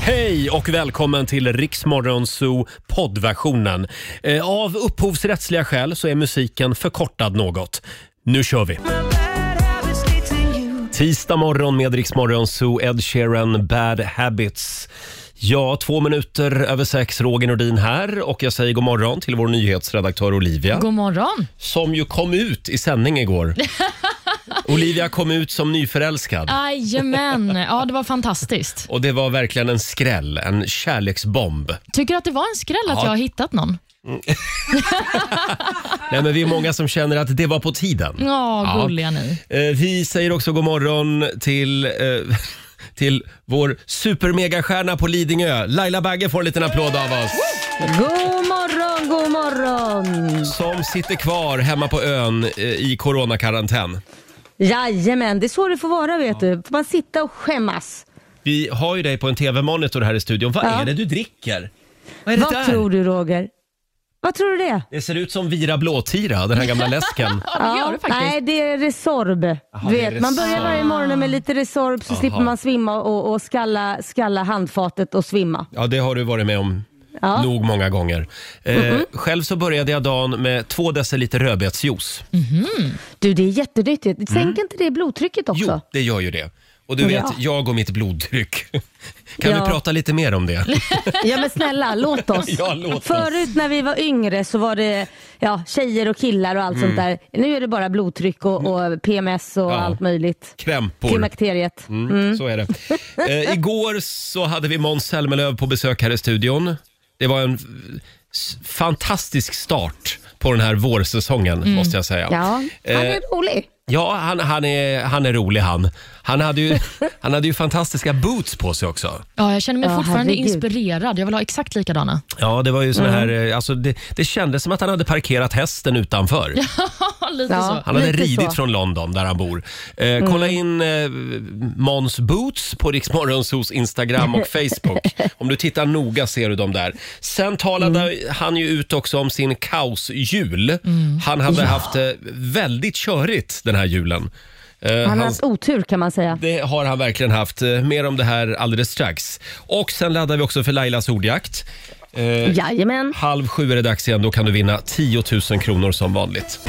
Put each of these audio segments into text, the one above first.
Hej och välkommen till Riksmorgon Zoo poddversionen. Eh, Av upphovsrättsliga skäl så är musiken förkortad något. Nu kör vi! Tisdag morgon med Riksmorgon Zoo, Ed Sheeran, Bad Habits. Ja, två minuter över sex, Roger Nordin här och jag säger god morgon till vår nyhetsredaktör Olivia. God morgon. Som ju kom ut i sändning igår. Olivia kom ut som nyförälskad. Jajamän. Ja, det var fantastiskt. Och det var verkligen en skräll, en kärleksbomb. Tycker du att det var en skräll att Ja. jag har hittat någon? Nej, men vi är många som känner att det var på tiden. Ja, gulliga ni. Eh, Vi säger också god morgon till, eh, till vår supermegastjärna på Lidingö. Laila Bagge får en liten applåd av oss. God morgon, god morgon! Som sitter kvar hemma på ön eh, i coronakarantän. Jajamän, det är så det får vara vet du. Får man sitta och skämmas. Vi har ju dig på en tv-monitor här i studion. Vad Ja. är det du dricker? Vad är det Vad där? tror du Roger? Vad tror du det är? Det ser ut som Vira Blåtira, den här gamla läsken. Ja, det gör du faktiskt. nej, det är Resorb. Du det är vet, man börjar Resorb. varje morgon med lite Resorb så Aha. slipper man svimma och, och skalla, skalla handfatet och svimma. Ja, det har du varit med om Ja. nog många gånger. Eh, Själv så började jag dagen med två deciliter rödbetsjuice. Du, det är jättenyttigt. Sänker Mm. inte det blodtrycket också? Mm, Jo, det gör ju det. Och du Ja. vet, jag och mitt blodtryck. Kan Ja. du prata lite mer om det? Ja men snälla, låt oss. Ja, låt oss. Förut när vi var yngre så var det ja, tjejer och killar och allt sånt där. Nu är det bara blodtryck och, och PMS och Mm. Ja. allt möjligt. Krämpor. Klimakteriet. Mm, Så är det. Eh, igår så hade vi Måns Zelmerlöw på besök här i studion. Det var en eh, s- fantastisk start på den här vårsäsongen, måste jag säga. Mm. Ja, han Eh, är rolig. ja han, han, är, han är rolig han. Han hade, ju, han hade ju fantastiska boots på sig också. Ja, jag känner mig Ja, fortfarande herregud. inspirerad. Jag vill ha exakt likadana. Ja, det var ju Mm. såna här, eh, alltså det, det kändes som att han hade parkerat hästen utanför. Ja, Lite Ja. så. Han hade Lite ridit så. Mm. från London där han bor. Eh, Kolla in eh, Måns Boots på Rix Morgonzoos Instagram och Facebook. Om du tittar noga ser du dem där. Sen talade Mm. han ju ut också om sin kaosjul. Mm. Han hade haft det väldigt körigt den här julen. Eh, Han har han- haft otur kan man säga. det har han verkligen haft. Eh, Mer om det här alldeles strax. Och sen laddar vi också för Lailas ordjakt. Eh, Jajamän. Halv sju är det dags igen. Då kan du vinna 10 000 kronor som vanligt.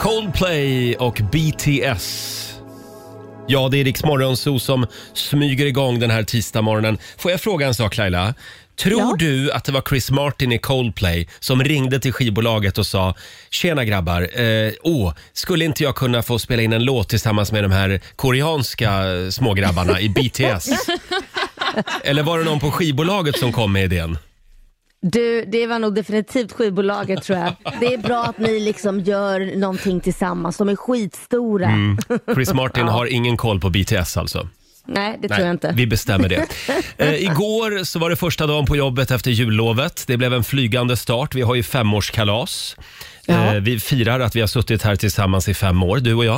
Coldplay och BTS. Ja, det är Rix Morgonzoo som smyger igång den här tisdagsmorgonen. Får jag fråga en sak Laila? Tror Ja. du att det var Chris Martin i Coldplay som ringde till skivbolaget och sa “Tjena grabbar, eh, åh, skulle inte jag kunna få spela in en låt tillsammans med de här koreanska eh, smågrabbarna i BTS?” Eller var det någon på skivbolaget som kom med idén? Du, det var nog definitivt skivbolaget tror jag. Det är bra att ni liksom gör någonting tillsammans. De är skitstora. Mm. Chris Martin har ingen koll på BTS alltså. Nej, det tror jag inte. Vi bestämmer det. Eh, igår så var det första dagen på jobbet efter jullovet. Det blev en flygande start. Vi har ju femårskalas. Eh, vi firar att vi har suttit här tillsammans i fem år, du och jag.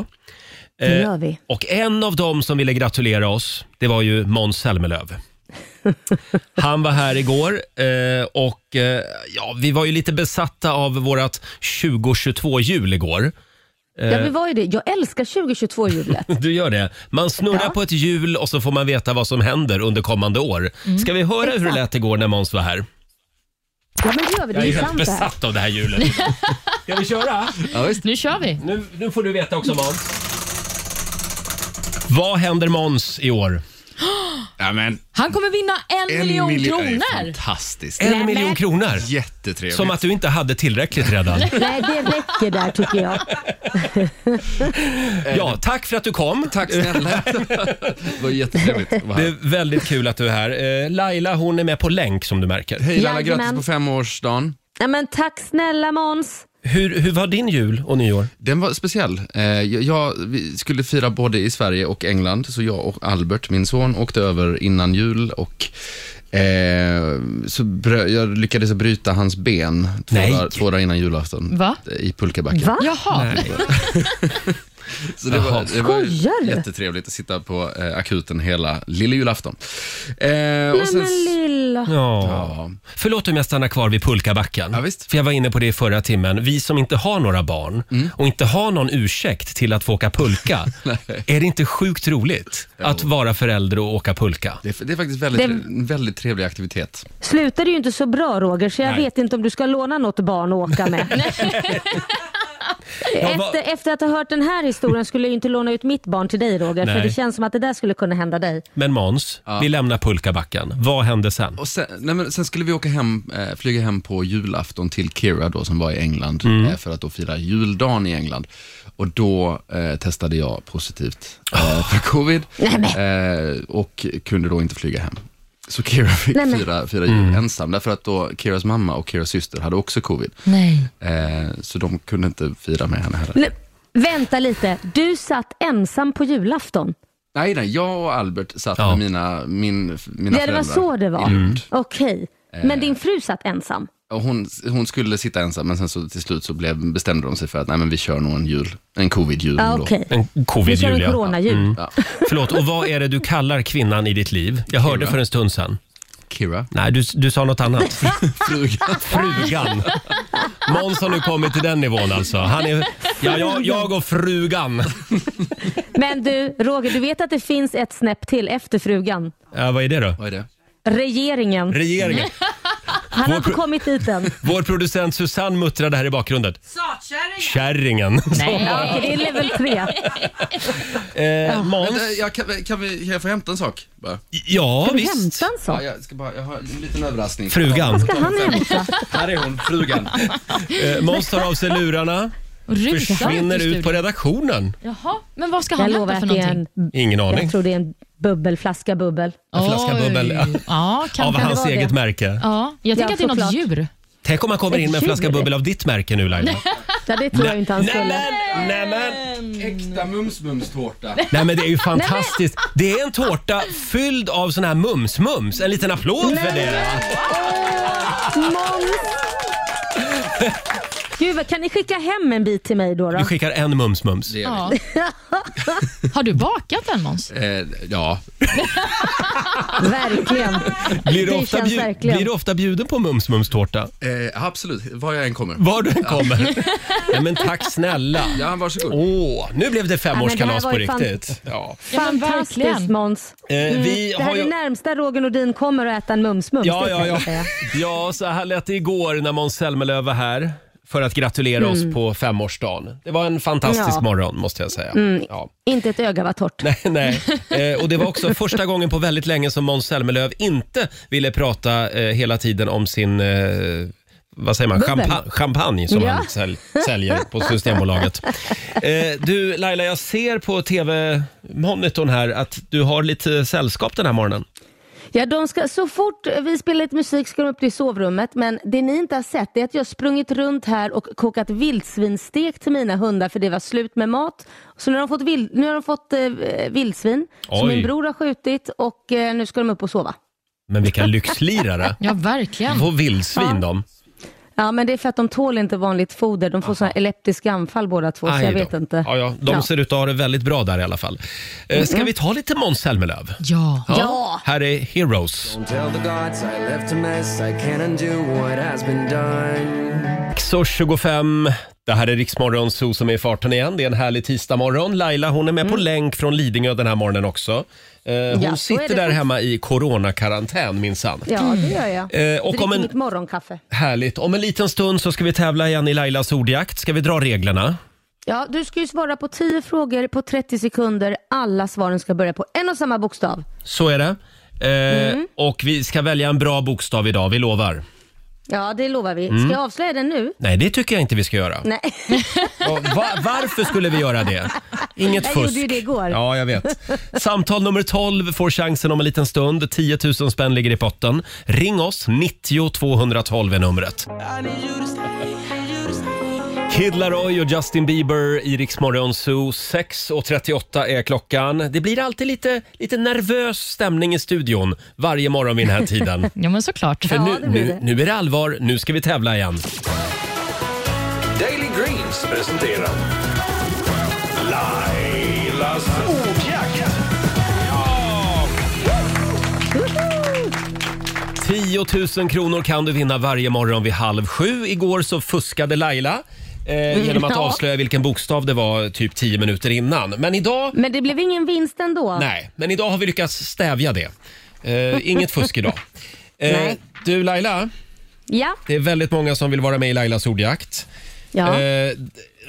Eh, Det gör vi. Och en av dem som ville gratulera oss, det var ju Måns Zelmerlöw. Han var här igår eh, och eh, ja, vi var ju lite besatta av vårat 2022-jul igår. Ja, eh. vi var ju det. Jag älskar 2022-julet. Du gör det. Man snurrar Ja. på ett hjul och så får man veta vad som händer under kommande år. Ska vi höra hur det lät igår när Måns var här? Ja, men det gör vi. Det Jag är är ju helt sant det här. besatt av det här hjulet. Ska vi köra? Nu kör vi. Nu, nu får du veta också Måns. Vad händer Måns i år? Ja, men, Han kommer vinna en, miljon miljon- kronor. Fantastiskt. En men- miljon kronor. Jättetrevligt. Som att du inte hade tillräckligt redan. Nej, det räcker där tycker jag. Ja, tack för att du kom. Tack snälla. det var jättetrevligt. att vara Det här. är väldigt kul att du är här. Eh, Laila, hon är med på länk som du märker. Hej Laila, Jajamän. grattis på femårsdagen. Nej, men tack snälla Måns. Hur, hur var din jul och nyår? Den var speciell. Eh, jag, jag vi skulle fira både i Sverige och England, så jag och Albert, min son, åkte över innan jul och eh, så brö- jag lyckades bryta hans ben två Nej. dagar, två dagar innan julafton Va? i pulkabacken. Va? Jaha. Så det var, det var Skojar du? jättetrevligt att sitta på eh, akuten hela lille julafton. Eh, och Nej sen, men lilla. Ja. Förlåt om jag stannar kvar vid pulkabacken. Ja, visst. Mm. För jag var inne på det i förra timmen. Vi som inte har några barn och inte har någon ursäkt till att få åka pulka. är det inte sjukt roligt att vara förälder och åka pulka? det, är- det är faktiskt väldigt, Det- en väldigt trevlig aktivitet. Slutade ju inte så bra Roger, så jag Nej. vet inte om du ska låna något barn och åka med. vad- efter, efter att ha hört den här historien skulle jag ju inte låna ut mitt barn till dig Roger, Nej. för det känns som att det där skulle kunna hända dig. Men Måns, vi lämnar pulkabacken. Vad hände sen? Och sen, nej men sen skulle vi åka hem, eh, flyga hem på julafton till Kira då, som var i England, Mm. eh, för att då fira juldagen i England. Och då eh, testade jag positivt Oh. eh, för covid eh, och kunde då inte flyga hem. Så Kira fick Nej, men- Mm. fira, fira jul ensam, därför att då Kiras mamma och Kiras syster hade också covid. Nej. Eh, så de kunde inte fira med henne heller. Nu, vänta lite, du satt ensam på julafton? Nej, nej, jag och Albert satt Ja. med mina, min, mina Ja, det var föräldrar så det var. i Lund. Okej, men din fru satt ensam? Och Hon, hon skulle sitta ensam, men sen så till slut så blev, bestämde de sig för att nej, men vi kör nog en jul, en covid-jul Ja, då. Ah, okej. En Vi kör covid-jul, en ja. coronajul. Ja. Förlåt, och vad är det du kallar kvinnan i ditt liv? Jag hörde Kira. för en stund sedan. Kira, Nej, du, du sa något annat. frugan. Frugan. Måns har nu kommit till den nivån alltså. Han är, ja, jag, jag och frugan. Men du Roger, du vet att det finns ett snäpp till efter frugan? Ja, vad är det då? Vad är det? Regeringen. Regeringen. Han har inte kommit dit än. Vår producent Susanne muttrade här i bakgrunden. Kärringen. Ja, okej, det är level 3. Eh, Men, eh, Måns? jag, kan, kan, vi, kan jag få hämta en sak? Bara. Ja, Kan du visst. hämta en sak? Ja, jag, ska bara, jag har en liten överraskning. Frugan. Ska han hämta? Här är hon, frugan. Eh, Måns tar av sig lurarna, Och rusar försvinner till ut på studion. redaktionen. Jaha, men vad ska Jag han lovar hämta för att det är någonting? en, Ingen aning. jag tror det är en bubbelflaska bubbel. en flaska Oj. bubbel. Ja, kan, kan Av det hans vara... vara eget det? märke. Ja, jag tänker Ja, att det är något såklart. djur. Tänk om han kommer in med en Ett flaska djur. bubbel av ditt märke nu Laila. Ja, det tror jag inte han Nämen, skulle. nämen. Mm. Äkta mums-mums-tårta. Nej men det är ju fantastiskt. Det är en tårta fylld av sån här mums-mums. En liten applåd för det. Måns! Gud, vad- kan ni skicka hem en bit till mig då? då? Vi skickar en mums-mums. Det gör vi. Ja. Har du bakat den Måns? Eh, ja, Verkligen. Blir du Det ofta, känns bjud, verkligen. blir du ofta bjuden på mums-mums-tårta? eh, absolut. Var jag än kommer. Var du än kommer. Nej men tack snälla. Ja, varsågod. Åh, nu blev det femårskalas Ja, på men det här var ju riktigt. Ja. men Fantastiskt verkligen. Måns. Eh, vi det här har är ju- närmsta Roger Nordin kommer att äta en mums-mums. Ja, det kan ja, jag ja. säga. ja, så här lät det igår när Måns Zelmerlöw var här för att gratulera oss på femårsdagen. Det var en fantastisk Mm. Ja. Mm. morgon måste jag säga. Ja. Inte ett öga var torrt. Nej, nej. Eh, och det var också första gången på väldigt länge som Måns Zelmerlöw inte ville prata eh, hela tiden om sin eh, vad säger man? Bubbel. Champa- champagne som Ja. han säl- säljer på Systembolaget. Eh, du Laila, jag ser på TV-monitorn här att du har lite sällskap den här morgonen. Ja, de ska, så fort vi spelar lite musik ska de upp till sovrummet. Men det ni inte har sett det är att jag har sprungit runt här och kokat vildsvinstek till mina hundar för det var slut med mat. Så nu har de fått, vild, nu har de fått eh, vildsvin som Oj. min bror har skjutit och eh, nu ska de upp och sova. Men vilka lyxlirare! Ja, verkligen. Vad vildsvin Ja. de. Ja, men det är för att de tål inte vanligt foder. De får sådana epileptiska anfall båda två, så Aj jag då. vet inte. Ja, ja, de Ja. ser ut att ha det väldigt bra där i alla fall. Eh, ska vi ta lite Måns Zelmerlöw? Ja. Ja. Här är Heroes. Tell the gods I left a mess, I can't undo what has been done. 6.25. Det här är Riksmorgon Zoo som är i farten igen. Det är en härlig tisdagmorgon. Laila hon är med på länk från Lidingö den här morgonen också. Eh, hon Mm. Ja, så är sitter det. där hemma i coronakarantän minsann. Ja, det gör jag. Eh, och Dricker om en- mitt morgonkaffe. Härligt. Om en liten stund så ska vi tävla igen i Lailas ordjakt. Ska vi dra reglerna? Ja, du ska ju svara på 10 frågor på 30 sekunder. Alla svaren ska börja på en och samma bokstav. Så är det. Eh, Mm. Och vi ska välja en bra bokstav idag, vi lovar. Ja, det lovar vi. Ska Mm. jag avslöja den nu? Nej, det tycker jag inte vi ska göra. Nej, Ja, va, varför skulle vi göra det? Inget jag fusk. gjorde ju det igår. Ja, jag vet. Samtal nummer 12 får chansen om en liten stund. 10 000 spänn ligger i potten. Ring oss, 90 212 är numret. Kid Laroi och Justin Bieber i Rix Morgon Zoo. 6.38 är klockan. Det blir alltid lite, lite nervös stämning i studion varje morgon vid den här tiden. ja, men såklart. För Ja, nu, det blir nu, nu är det allvar, nu ska vi tävla igen. Daily Greens presenterar Live 10 000 kronor kan du vinna varje morgon vid halv sju. Igår så fuskade Laila eh, genom att Mm, Ja. avslöja vilken bokstav det var typ 10 minuter innan. Men idag Men det blev ingen vinst ändå. Nej, men idag har vi lyckats stävja det. Eh, inget fusk idag. Eh, Nej. du Laila, Ja, det är väldigt många som vill vara med i Lailas ordjakt. ja. Eh,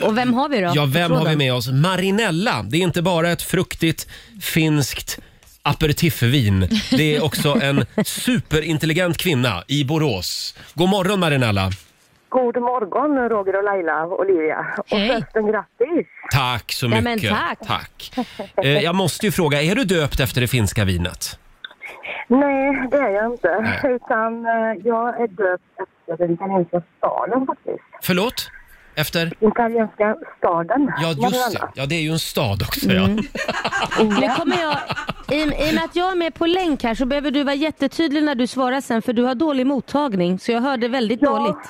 och vem har vi då? ja, vem har vi Tråden. med oss? Marinella. Det är inte bara ett fruktigt finskt aperitifvin. Det är också en superintelligent kvinna i Borås. God morgon Marinella. God morgon Roger och Laila och Olivia. Och Hej. förresten grattis! Tack så Ja, mycket. men tack. tack. Eh, jag måste ju fråga, är du döpt efter det finska vinet? Nej, det är jag inte. Nej. Utan eh, jag är döpt efter den italienska staden faktiskt. Förlåt? Efter? Italienska staden. Ja, just det. Mariana. Ja, det är ju en stad också. Ja. Mm. Nu kommer jag, i, I och med att jag är med på länk här så behöver du vara jättetydlig när du svarar sen för du har dålig mottagning så jag hörde väldigt Ja. dåligt.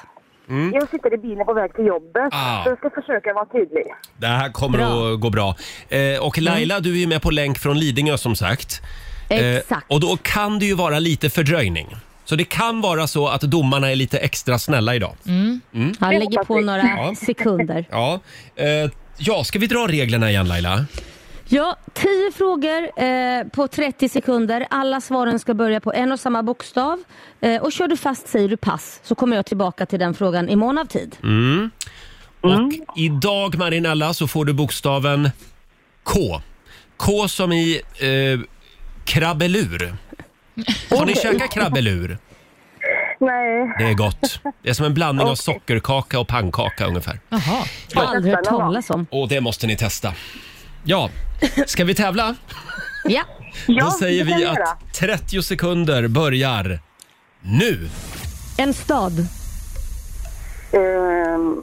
Jag sitter i bilen på väg till jobbet. Mm. Ah. Så jag ska försöka vara tydlig. Det här kommer att gå bra. Eh, och Mm. Laila, du är ju med på länk från Lidingö som sagt. Exakt. Eh, och då kan det ju vara lite fördröjning. Så det kan vara så att domarna är lite extra snälla idag. Han lägger på Ja. några sekunder. Ja. Eh, ja, ska vi dra reglerna igen Laila? Ja, 10 frågor eh, på 30 sekunder. Alla svaren ska börja på en och samma bokstav. Eh, och kör du fast säger du pass så kommer jag tillbaka till den frågan i mån av tid. Mm. Och idag Marinella så får du bokstaven K. K som i eh, krabbelur. Har ni käkat krabbelur? Nej, Det är gott. Det är som en blandning av sockerkaka och pannkaka ungefär. Jaha. Jag har aldrig hört Nästan, va? talas om. Och det måste ni testa. Ja, ska vi tävla? Ja, Då ja, säger det kan vi jag göra. att 30 sekunder börjar nu. en stad. Ehm,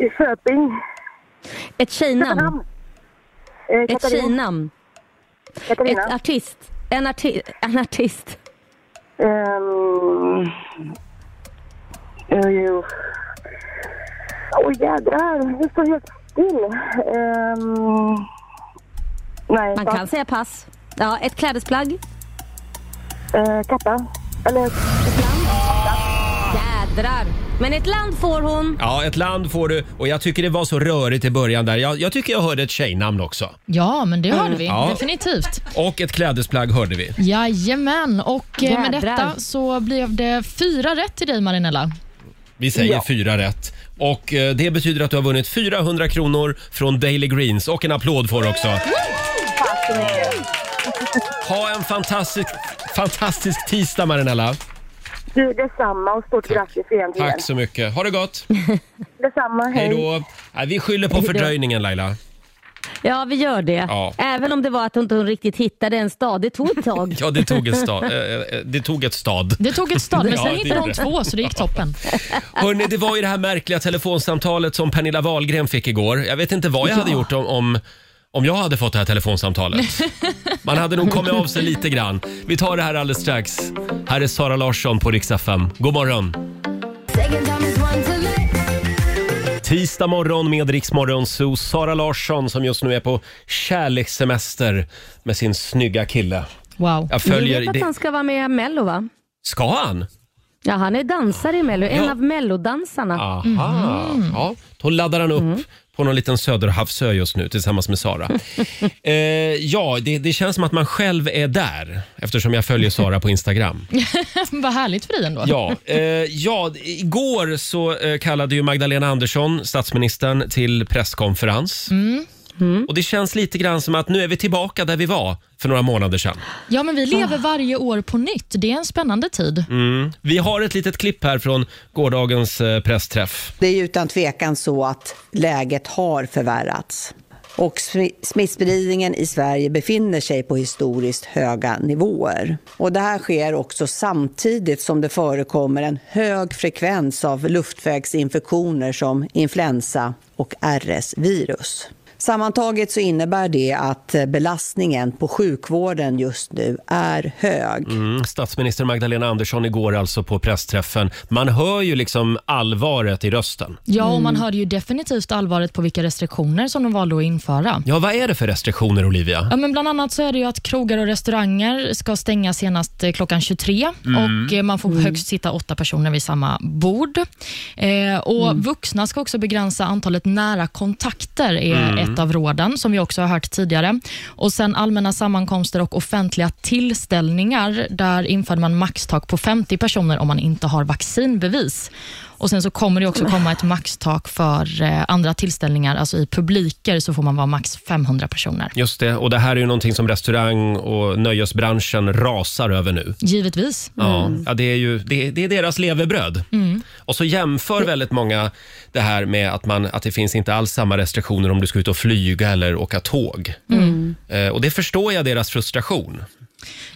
I Köping. Ett tjejnamn. Köpenhamn. Eh, Ett Katarina. tjejnamn. Katarina. Ett artist. En, arti en artist. Ehm, eh, jo. Åh jädrar, det står helt still. Ehm, nej, Man pass. kan säga pass. Ja, ett klädesplagg. Eh, kappa. Eller Jädrar. Men ett land får hon. Ja, ett land får du. Och jag tycker det var så rörigt i början där. Jag, jag tycker jag hörde ett tjejnamn också. Ja, men det hörde vi. Mm. Ja. Definitivt. Och ett klädesplagg hörde vi. Jajamän. Och eh, med Jädrar. detta så blev det fyra rätt till dig, Marinella. Vi säger fyra rätt. Och eh, det betyder att du har vunnit 400 kronor från Daily Greens. Och en applåd får du också. Ha en fantastisk, fantastisk tisdag Marinella. du, detsamma och stort grattis igen till Tack er. så mycket. Ha det gott. Detsamma, Hej hej. då. Nej, Vi skyller på Hej då. fördröjningen Laila. Ja, vi gör det. Ja. Även om det var att hon inte riktigt hittade en stad. Det tog ett tag. Ja, det tog ett stad. eh, eh, Det tog ett stad. Det tog ett stad, men Ja, sen det hittade gjorde hon två, så det gick toppen. Hörrni, det var ju det här märkliga telefonsamtalet som Pernilla Wahlgren fick igår. Jag vet inte vad jag hade gjort om, om, om jag hade fått det här telefonsamtalet. Man hade nog kommit av sig lite grann. Vi tar det här alldeles strax. Här är Sara Larsson på riksdag 5. God morgon! Tisdag morgon med Riksmorgon Zoo. Sara Larsson som just nu är på kärlekssemester med sin snygga kille. Wow. Jag Du följer... vet att Det. han ska vara med i Mello va? Ska han? Ja, han är dansare i Mello. En Ja. av mellodansarna. Aha. Ja, då laddar han upp på någon liten söderhavsö just nu tillsammans med Sara. eh, ja, det, det känns som att man själv är där eftersom jag följer Sara på Instagram. Vad härligt för dig ändå. Ja, eh, ja igår så eh, kallade ju Magdalena Andersson, statsministern, till presskonferens. Och det känns lite grann som att nu är vi tillbaka där vi var för några månader sedan. Ja, men vi Ah. lever varje år på nytt. Det är en spännande tid. Mm. Vi har ett litet klipp här från gårdagens eh, pressträff. Det är ju utan tvekan så att läget har förvärrats. Och smi- smittspridningen i Sverige befinner sig på historiskt höga nivåer. Och det här sker också samtidigt som det förekommer en hög frekvens av luftvägsinfektioner som influensa och RS-virus. Sammantaget så innebär det att eh, belastningen på sjukvården just nu är hög. Mm, statsminister Magdalena Andersson igår alltså på pressträffen. Man hör ju liksom allvaret i rösten. Ja, och man Mm. hörde ju definitivt allvaret på vilka restriktioner som de valde att införa. Ja, vad är det för restriktioner Olivia? Ja, men bland annat så är det ju att krogar och restauranger ska stänga senast eh, klockan 23 och eh, man får högst sitta åtta personer vid samma bord. Eh, och Vuxna ska också begränsa antalet nära kontakter, är ett av råden som vi också har hört tidigare. Och sen Allmänna sammankomster och offentliga tillställningar. Där införde man maxtak på 50 personer om man inte har vaccinbevis. Och Sen så kommer det också komma ett maxtak för eh, andra tillställningar. Alltså I publiker så får man vara max 500 personer. Just det, och det här är ju någonting som restaurang och nöjesbranschen rasar över nu. Givetvis. Ja, ja det, är ju, det, det är deras levebröd. Mm. Och så jämför väldigt många det här med att, man, att det finns inte alls samma restriktioner om du ska ut och flyga eller åka tåg. Mm. Eh, och det förstår jag deras frustration.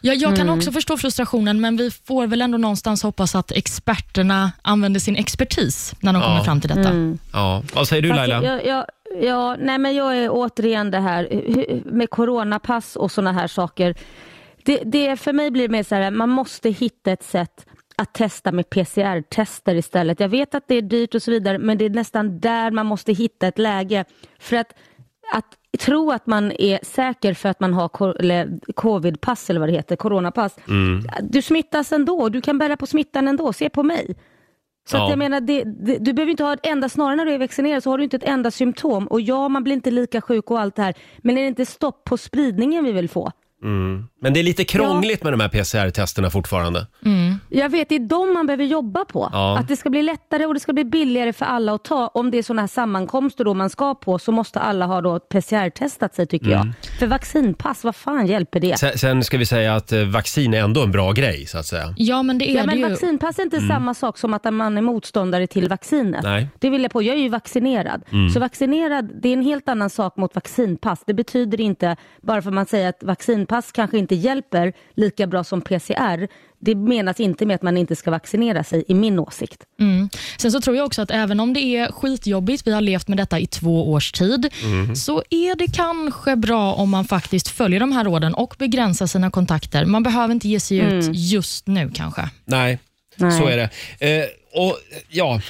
Ja, jag Mm. kan också förstå frustrationen, men vi får väl ändå någonstans hoppas att experterna använder sin expertis när de Ja. kommer fram till detta. Mm. Ja. Vad säger du Fast Laila? Jag, jag, ja, nej men jag är återigen det här hu- med coronapass och sådana här saker. Det, det för mig blir det mer så här, man måste hitta ett sätt att testa med PCR-tester istället. Jag vet att det är dyrt och så vidare, men det är nästan där man måste hitta ett läge. För att, att tro att man är säker för att man har cor- eller covid-pass eller vad det heter, coronapass. Mm. Du smittas ändå, du kan bära på smittan ändå, se på mig. Så Ja. att jag menar, det, det, du behöver inte ha ett enda, snarare när du är vaccinerad så har du inte ett enda symptom. Och ja, man blir inte lika sjuk och allt det här. Men är det inte stopp på spridningen vi vill få? Men det är lite krångligt med de här PCR-testerna fortfarande. Jag vet, det är de man behöver jobba på. Ja. Att det ska bli lättare och det ska bli billigare för alla att ta. Om det är sådana här sammankomster då man ska på så måste alla ha då PCR-testat sig Mm. tycker jag. För vaccinpass, vad fan hjälper det? Sen, sen ska vi säga att eh, vaccin är ändå en bra grej så att säga. Ja, men det är Ja, men det ju. vaccinpass är inte samma sak som att man är motståndare till vaccinet. Mm. Nej. Mm. Det vill jag på. Jag är ju vaccinerad. Så vaccinerad, det är en helt annan sak mot vaccinpass. Det betyder inte, bara för att man säger att vaccinpass kanske inte hjälper lika bra som PCR. Det menas inte med att man inte ska vaccinera sig, i min åsikt. Mm. Sen så tror jag också att även om det är skitjobbigt, vi har levt med detta i två års tid, så är det kanske bra om man faktiskt följer de här råden och begränsar sina kontakter. Man behöver inte ge sig ut Mm. just nu kanske. Nej, Nej. så är det. Eh, och ja,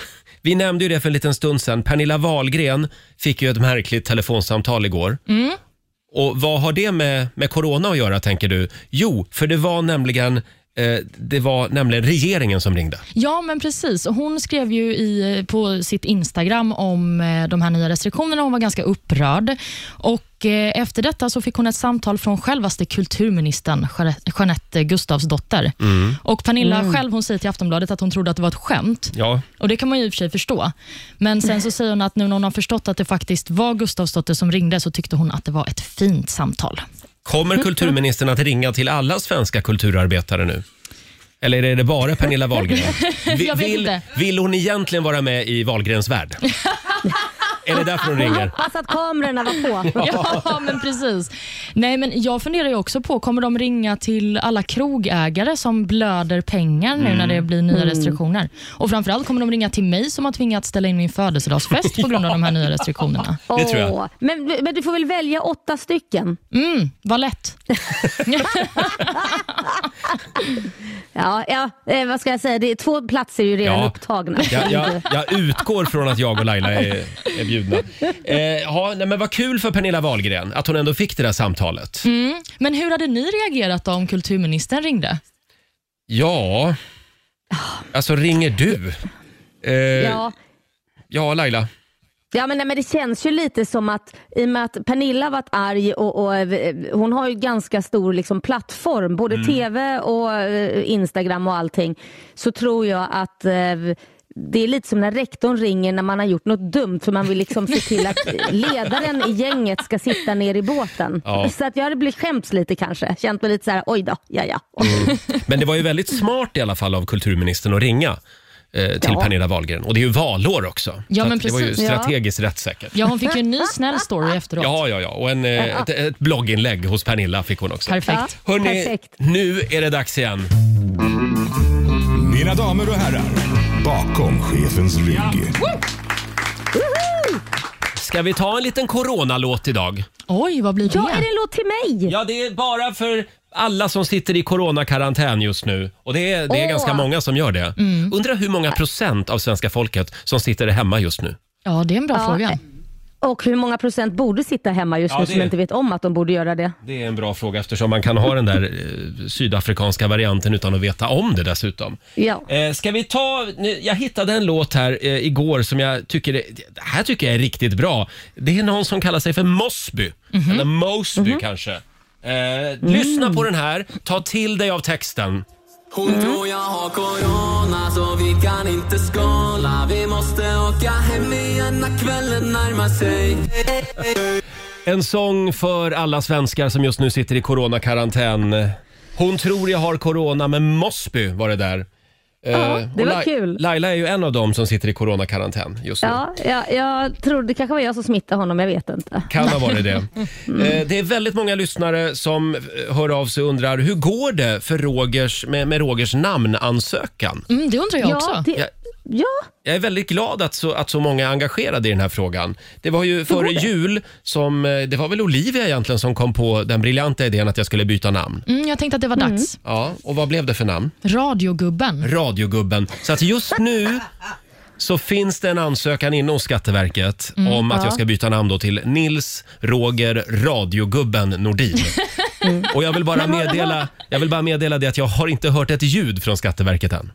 vi nämnde ju det för en liten stund sedan. Pernilla Wahlgren fick ju ett märkligt telefonsamtal igår. Och vad har det med, med corona att göra tänker du? Jo, för det var nämligen eh, det var nämligen regeringen som ringde. Ja, men precis. Hon skrev ju i, på sitt Instagram om eh, de här nya restriktionerna. Hon var ganska upprörd. Och eh, Efter detta så fick hon ett samtal från självaste kulturministern, Jeanette- Jeanette Gustafsdotter. Och Pernilla själv hon säger till Aftonbladet att hon trodde att det var ett skämt. Ja. Och Det kan man ju i och för sig förstå. Men sen så säger hon att nu när hon har förstått att det faktiskt var Gustafsdotter som ringde så tyckte hon att det var ett fint samtal. Kommer Mm. kulturministern att ringa till alla svenska kulturarbetare nu? Eller är det bara Pernilla Wahlgren? Vi- Jag vet vill, inte. vill hon egentligen vara med i Wahlgrens värld? är det därför hon ringer? Hoppas Alltså, att kamerorna var på. Ja, men precis. Nej, men jag funderar ju också på, kommer de ringa till alla krogägare som blöder pengar nu när det Mm. blir nya restriktioner? Och framförallt kommer de ringa till mig som har tvingats ställa in min födelsedagsfest på grund av de här nya restriktionerna. Det tror jag. Åh. Men, men du får väl välja åtta stycken? Mm, vad lätt. Ja, ja eh, vad ska jag säga? Det är, två platser är ju redan Ja. upptagna. Jag, jag, jag utgår från att jag och Laila är, är bjudna. Eh, ja, nej, men vad kul för Pernilla Wahlgren att hon ändå fick det där samtalet. Mm. Men hur hade ni reagerat då om kulturministern ringde? Ja, Ah. alltså ringer du? Eh, ja. Ja. Laila. Ja men, nej, men det känns ju lite som att i och med att Pernilla varit arg och, och eh, hon har ju ganska stor liksom, plattform, både Mm. TV och eh, Instagram och allting, så tror jag att eh, det är lite som när rektorn ringer när man har gjort något dumt för man vill liksom se till att ledaren i gänget ska sitta ner i båten. Ja. Så att jag hade blivit skämts lite kanske, känt mig lite så här: oj då, ja ja. Men det var ju väldigt smart i alla fall av kulturministern att ringa eh, till Pernilla Wahlgren. Och det är ju valår också. Ja, Så men att det var ju precis. Ja. strategiskt rätt säkert. Ja, hon fick ju en ny snäll story efteråt. Ja, ja, ja. Och en, eh, ett, ett blogginlägg hos Pernilla fick hon också. Perfekt. Hörni, Perfekt. nu är det dags igen. Mina damer Mm. och herrar, bakom chefens rygg. Ska vi ta en liten coronalåt idag? Oj, vad blir det? Ja, är det en låt till mig? Ja, det är bara för alla som sitter i coronakarantän just nu. Och det är, det är Åh. ganska många som gör det. Mm. Undrar hur många procent av svenska folket som sitter hemma just nu? Ja, det är en bra Ja, fråga. eh, Och hur många procent borde sitta hemma just Ja, nu det- som inte vet om att de borde göra det? Det är en bra fråga eftersom man kan ha den där eh, sydafrikanska varianten utan att veta om det dessutom. Ja. Eh, ska vi ta, nu, jag hittade en låt här eh, igår som jag tycker, är- det här tycker jag är riktigt bra. Det är någon som kallar sig för Mosby, Mhm. eller Mosby kanske. Eh, Lyssna på den här, ta till dig av texten. Hon tror jag har corona så vi kan inte skåla Vi måste åka hem igen när kvällen närmar sig En sång för alla svenskar som just nu sitter i coronakarantän. Hon tror jag har corona, men Mosby var det där. Ja, Eh, det och var Lai- kul. Laila är ju en av dem som sitter i coronakarantän just nu. Ja, ja, jag tror det kanske var jag som smittade honom, jag vet inte. Kan ha varit det. Eh, det är väldigt många lyssnare som eh, hör av sig och undrar hur går det för Rogers, med, med Rogers namnansökan? Mm, det undrar jag också. Ja, det, Jag- ja, Jag är väldigt glad att så, att så många är engagerade i den här frågan. Det var ju före jul som, eh, det var väl Olivia egentligen som kom på den briljanta idén att jag skulle byta namn. Mm, jag tänkte att det var dags. Ja, och vad blev det för namn? Radiogubben. Radiogubben. Så att just nu så finns det en ansökan inne hos Skatteverket Mm, om att jag ska byta namn då till Nils Roger Radiogubben Nordin. Mm. Och jag vill, bara meddela, jag vill bara meddela det att jag har inte hört ett ljud från Skatteverket än.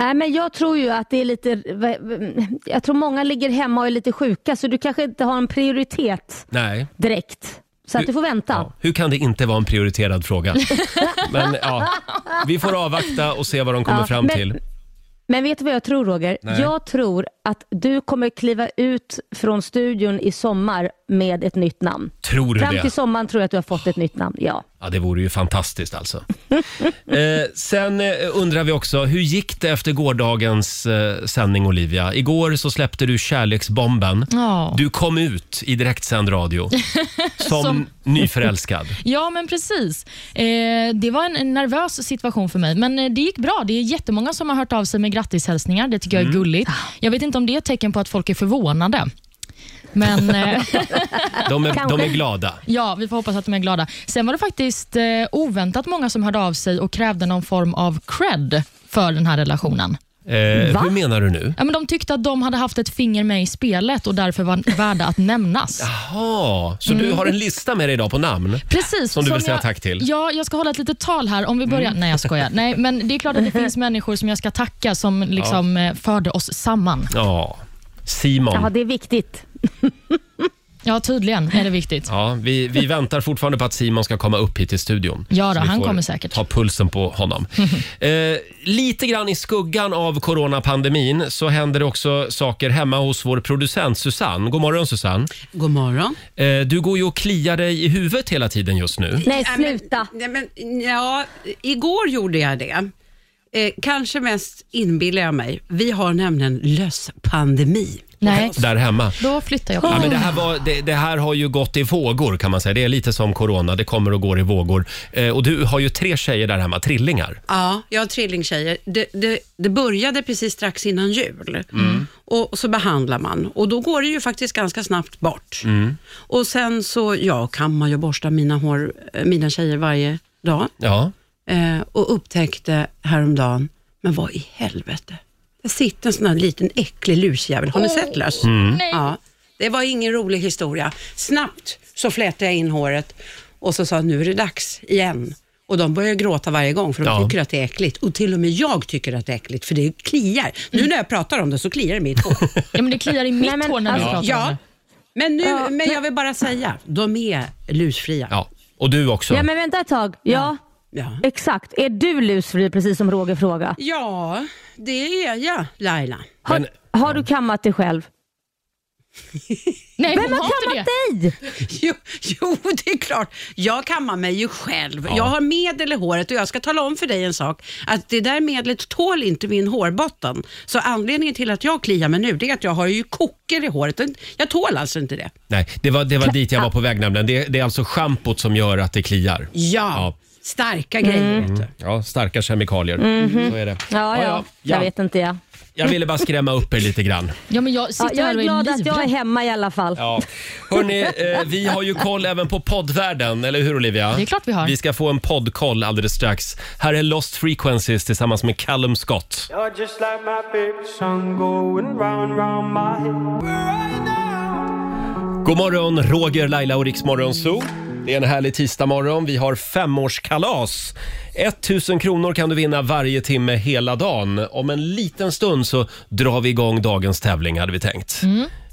Nej, men jag tror ju att det är lite... Jag tror många ligger hemma och är lite sjuka, så du kanske inte har en prioritet Nej. direkt. Så att du får vänta. Ja. Hur kan det inte vara en prioriterad fråga? Men ja, vi får avvakta och se vad de kommer Ja, fram men- till. Men vet du vad jag tror Roger? Nej. Jag tror att du kommer kliva ut från studion i sommar med ett nytt namn. Tror du Fram till det? sommaren tror jag att du har fått ett nytt namn, ja. Ja, det vore ju fantastiskt alltså. Eh, sen eh, undrar vi också, hur gick det efter gårdagens eh, sändning Olivia? Igår så släppte du Kärleksbomben. Ja. Du kom ut i direktsänd radio som, Som- nyförälskad. Ja, men precis. Eh, det var en, en nervös situation för mig, men eh, det gick bra. Det är jättemånga som har hört av sig med grattishälsningar. Det tycker jag är gulligt. Jag vet inte om det är ett tecken på att folk är förvånade. Men eh, De är, de Kanske. är glada. ja, vi får hoppas att de är glada. Sen var det faktiskt eh, oväntat många som hörde av sig och krävde någon form av cred för den här relationen. Eh, hur menar du nu? Ja, men de tyckte att de hade haft ett finger med i spelet och därför var värda att nämnas. Jaha, så Mm. du har en lista med dig idag på namn? Precis. Som du vill säga jag, tack till. Mm. Ja, jag ska hålla ett litet tal här. Om vi börjar. Nej, jag skojar. Nej, men det är klart att det finns människor som jag ska tacka som liksom eh, förde oss samman. Ja, Simon. Jaha, det är viktigt. Ja, tydligen är det viktigt. Ja, vi, vi väntar fortfarande på att Simon ska komma upp hit till studion. Ja då, Så vi han får kommer säkert. ta pulsen på honom. eh, lite grann i skuggan av coronapandemin så händer det också saker hemma hos vår producent Susanne. God morgon Susanne. God morgon. Eh, du går ju och kliar dig i huvudet hela tiden just nu. Nej, Ja, men- sluta. Nej, men, ja, igår gjorde jag det. Eh, kanske mest inbillar jag mig. Vi har nämligen löspandemi. Nej, Oh. Där hemma. då flyttar jag på Ja, men mig. det, här var, det, det här har ju gått i vågor kan man säga. Det är lite som corona, det kommer och går i vågor. Eh, och du har ju tre tjejer där hemma, trillingar. Ja, jag har trillingtjejer. Det, det, det började precis strax innan jul och, och så behandlar man och då går det ju faktiskt ganska snabbt bort. Och sen så, ja, kan man ju borsta mina, hår, eh, mina tjejer varje dag Ja. eh, och upptäckte häromdagen, men vad i helvete? Det sitter en sån här liten äcklig lusjävel. Har ni sett lös? Ja, det var ingen rolig historia. Snabbt så flätade jag in håret och så sa jag, nu är det dags igen. Och de börjar gråta varje gång för de Ja. tycker att det är äckligt. Och till och med jag tycker att det är äckligt för det kliar. Nu när jag pratar om det så kliar det i mitt hår. Ja, men det kliar i mitt Nej, men hår när vi alltså- pratar om ja, det. men, nu, men jag vill bara säga, de är lusfria. ja. Och du också. Ja, men vänta ett tag. Ja, Ja. exakt. Är du lusfri, precis som Roger frågade? ja, det är jag, Laila. Har, Men- har du kammat dig själv? Nej, Vem hon har har inte kammat det. dig? Jo, jo, det är klart. Jag kammar mig ju själv. Jag har medel i håret och jag ska tala om för dig en sak. Att det där medlet tål inte min hårbotten. Så anledningen till att jag kliar mig nu, det är att jag har ju koker i håret. Jag tål alltså inte det. Nej, det var, det var dit jag var på väg nämligen. Det, det är alltså schampot som gör att det kliar. Ja. Mm. Starka grejer. Vet du. Ja, starka kemikalier. Så är det. Ja, ja, ja. jag vet inte jag. Jag ville bara skrämma upp er lite grann. Ja, men jag Ja, sitter jag är här och glad är att jag är livrädd. hemma i alla fall. Ja. Hörni, eh, vi har ju koll även på poddvärlden, eller hur Olivia? Det är klart vi har. Vi ska få en poddkoll alldeles strax. Här är Lost Frequencies tillsammans med Callum Scott. You're just like my favorite song going round, round my head. God morgon, Roger, Laila och Riksmorgon Zoo. Det är en härlig tisdagmorgon. Vi har femårskalas. 1000 kronor kan du vinna varje timme hela dagen. Om en liten stund så drar vi igång dagens tävling, hade vi tänkt.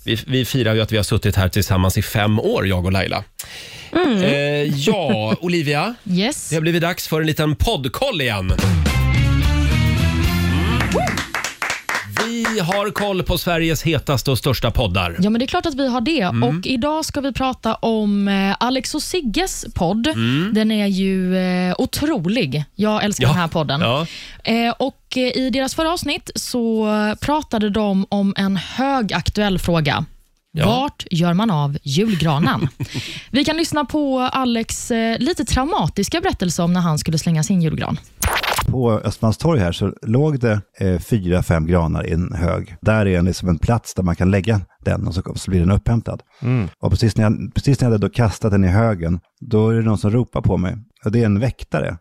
Vi, vi firar ju att vi har suttit här tillsammans i fem år, jag och Laila. Eh, ja, Olivia, Yes. det har blivit dags för en liten poddkoll igen. Vi har koll på Sveriges hetaste och största poddar. Ja, men det är klart att vi har det. Mm. Och Idag ska vi prata om eh, Alex och Sigges podd. Den är ju eh, otrolig. Jag älskar Mm. Ja. den här podden. Ja. Eh, och eh, I deras förra avsnitt så eh, pratade de om en högaktuell fråga. Vart gör man av julgranen? vi kan lyssna på Alex eh, lite traumatiska berättelse om när han skulle slänga sin julgran. På Östermalmstorg här så låg det eh, fyra, fem granar i en hög. Där är en, liksom en plats där man kan lägga den och så, så blir den upphämtad. Och precis när, jag, precis när jag hade då kastat den i högen, då är det någon som ropar på mig. Och det är en väktare.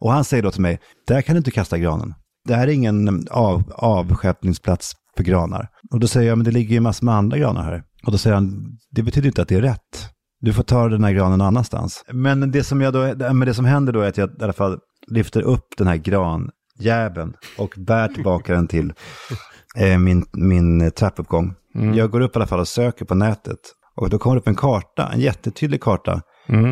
Och han säger då till mig, där kan du inte kasta granen. Det här är ingen mm, av, avstjälpningsplats för granar. Och då säger jag, men det ligger ju massor med andra granar här. Och då säger han, det betyder inte att det är rätt. Du får ta den här granen någon annanstans. Men det som, jag då, men det som händer då är att jag i alla fall lyfter upp den här granjäveln och bär tillbaka den till eh, min, min trappuppgång. Jag går upp i alla fall och söker på nätet. Och då kommer det upp en karta, en jättetydlig karta.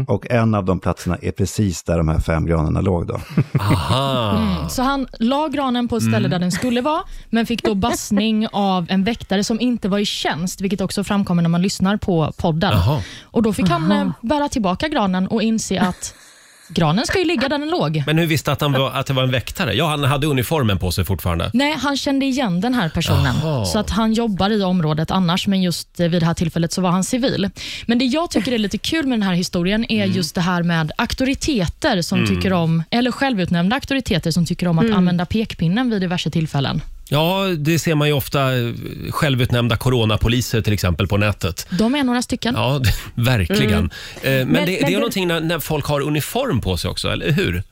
Och en av de platserna är precis där de här fem granarna låg då. Aha. Så han la granen på ett ställe där den skulle vara, men fick då bassning av en väktare som inte var i tjänst, vilket också framkommer när man lyssnar på podden. Jaha. Och Då fick han eh, bära tillbaka granen och inse att granen ska ju ligga där den låg. Men hur visste att han var, att det var en väktare? Ja, han hade uniformen på sig fortfarande. Nej, han kände igen den här personen, Jaha. så att han jobbar i området annars, men just eh, vid det här tillfället så var han civil. Men det jag tycker är lite kul med den här historien är Mm. just det här med auktoriteter som tycker om, eller självutnämnda auktoriteter som tycker om att använda pekpinnen vid diverse tillfällen. Ja, det ser man ju ofta eh, självutnämnda coronapoliser till exempel på nätet. De är några stycken. Ja, det- verkligen. Eh, Men, Men- det, det men är det- någonting när, när folk har uniform på sig också, eller hur?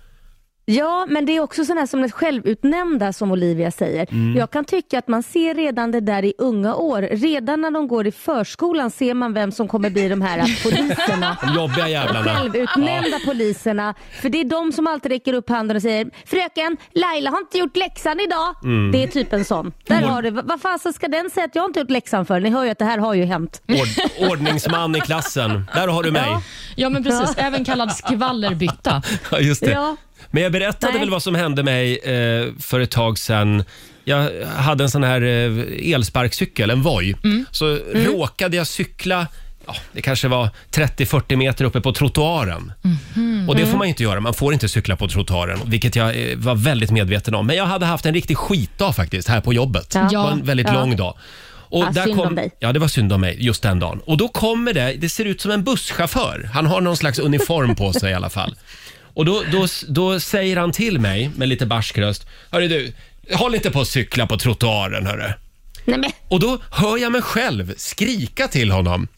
Ja, men det är också sådana som är självutnämnda som Olivia säger. Jag kan tycka att man ser redan det där i unga år. Redan när de går i förskolan ser man vem som kommer bli de här poliserna. De jobbiga jävlarna. Självutnämnda poliserna. För det är de som alltid räcker upp handen och säger Fröken, Laila har inte gjort läxan idag. Det är typ en sån. Där har du, vad fasen ska den säga att jag inte gjort läxan för? Ni hör ju att det här har ju hänt. Ord, ordningsman i klassen. Där har du mig. Ja, men precis. Även kallad skvallerbytta. Ja, just det. Ja. Men jag berättade Nej. väl vad som hände mig eh, för ett tag sedan. Jag hade en sån här eh, elsparkcykel, en Voi. Mm. Så råkade jag cykla, ja, det kanske var 30-40 meter uppe på trottoaren. Mhm. Och det får man ju inte göra, man får inte cykla på trottoaren. Vilket jag eh, var väldigt medveten om. Men jag hade haft en riktig skitdag faktiskt här på jobbet. Ja. Det var en väldigt Ja. lång dag. Och Ja, Ah, synd om dig. Ja, det var synd om mig just den dagen. Och då kommer det, det ser ut som en busschaufför. Han har någon slags uniform på sig i alla fall. Och då, då, då säger han till mig med lite barsk röst. Hörru du, håll inte på att cykla på trottoaren hörru. Nej, men, Och då hör jag mig själv skrika till honom.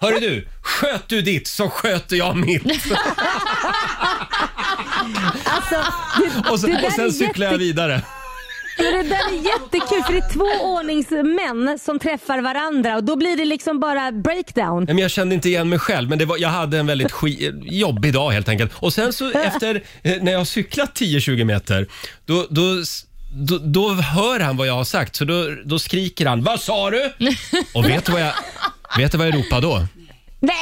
Hörru du, sköt du ditt så sköter jag mitt. alltså, det, Och, så, det där och är sen cyklar jag jätte- vidare. Men det där är jättekul för det är två ordningsmän som träffar varandra och då blir det liksom bara breakdown. Nej, men jag kände inte igen mig själv, men det var, jag hade en väldigt ski, jobbig dag helt enkelt. Och sen så efter, eh, när jag har cyklat 10-20 meter, då, då, s- då, då hör han vad jag har sagt. Så då, då skriker han ”Vad sa du?” Och vet du vad jag, vet du vad jag ropade då? Nej!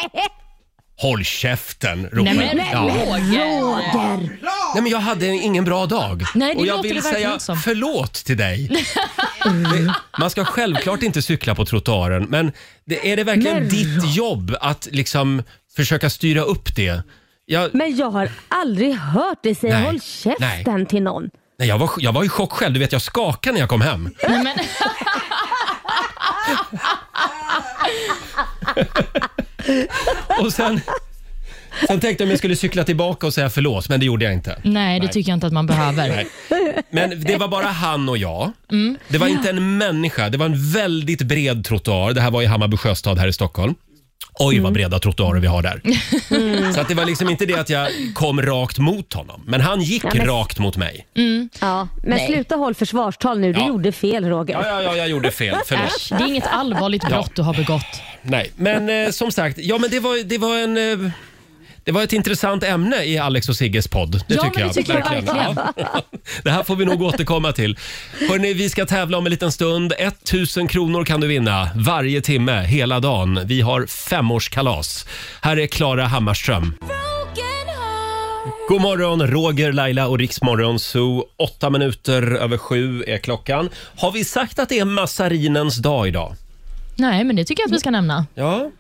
Håll käften, ropade Nej, jag. men Ja. Roger! Roger! Nej, men jag hade ingen bra dag. Nej, det och jag låter vill det verkligen säga inte som. förlåt till dig. Det- Man ska självklart inte cykla på trottoaren, men det, är det verkligen Men- ditt jobb att liksom försöka styra upp det? Jag, Men jag har aldrig hört dig säga Nej. håll käften till någon. nej, jag, var, jag var i chock själv. Du vet, jag skakade när jag kom hem. Nej, men, Och sen... Sen tänkte jag om jag skulle cykla tillbaka och säga förlåt, men det gjorde jag inte. Nej, det tycker jag inte att man behöver. Nej. Men det var bara han och jag. Mm. Det var inte en människa, det var en väldigt bred trottoar. Det här var i Hammarby sjöstad här i Stockholm. Oj, vad breda trottoarer vi har där. Mm. Så att det var liksom inte det att jag kom rakt mot honom, men han gick Ja, men- rakt mot mig. Ja, men Nej. sluta håll försvarstal nu. Du Ja. gjorde fel Roger. Ja, ja, ja, jag gjorde fel. Förlåt. Äsch, det är inget allvarligt brott du har begått. Nej, men eh, som sagt, ja men det var, det var en... Eh, det var ett intressant ämne i Alex och Sigges podd. Det Ja, tycker men det jag. tycker jag verkligen. Ja. Det här får vi nog återkomma till. Hörrni, vi ska tävla om en liten stund. 1000 kronor kan du vinna varje timme, hela dagen. Vi har femårskalas. Här är Klara Hammarström. God morgon, Roger, Laila och Riksmorgon Zoo. Åtta minuter över sju är klockan. Har vi sagt att det är massarinens dag idag? Nej, men det tycker jag att vi ska nämna. Ja,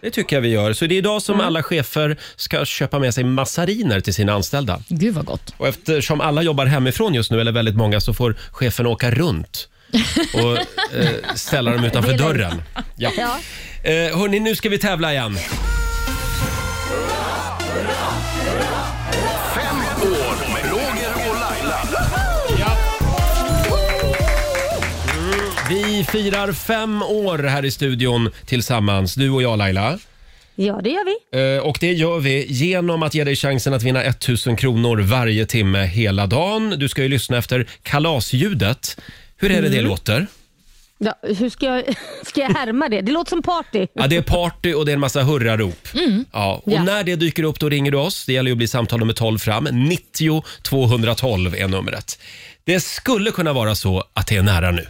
det tycker jag vi gör. Så det är idag som alla chefer ska köpa med sig massariner till sina anställda. Gud vad gott. Och eftersom alla jobbar hemifrån just nu, eller väldigt många, så får chefen åka runt och eh, ställa dem utanför Dela ut. dörren. Ja. Eh, hörni, nu ska vi tävla igen. Fem år med Roger och Laila. Vi firar fem år här i studion tillsammans, du och jag Laila. Ja, det gör vi. Eh, Och det gör vi genom att ge dig chansen att vinna 1000 kronor varje timme hela dagen. Du ska ju lyssna efter kalasljudet. Hur är det det Mm. låter? Ja, hur ska jag, ska jag härma det? Det låter som party. Ja, det är party och det är en massa hurrarop. Mm. Ja, och Ja. när det dyker upp då ringer du oss. Det gäller ju att bli samtal nummer 12 fram. 90 212 är numret. Det skulle kunna vara så att det är nära nu.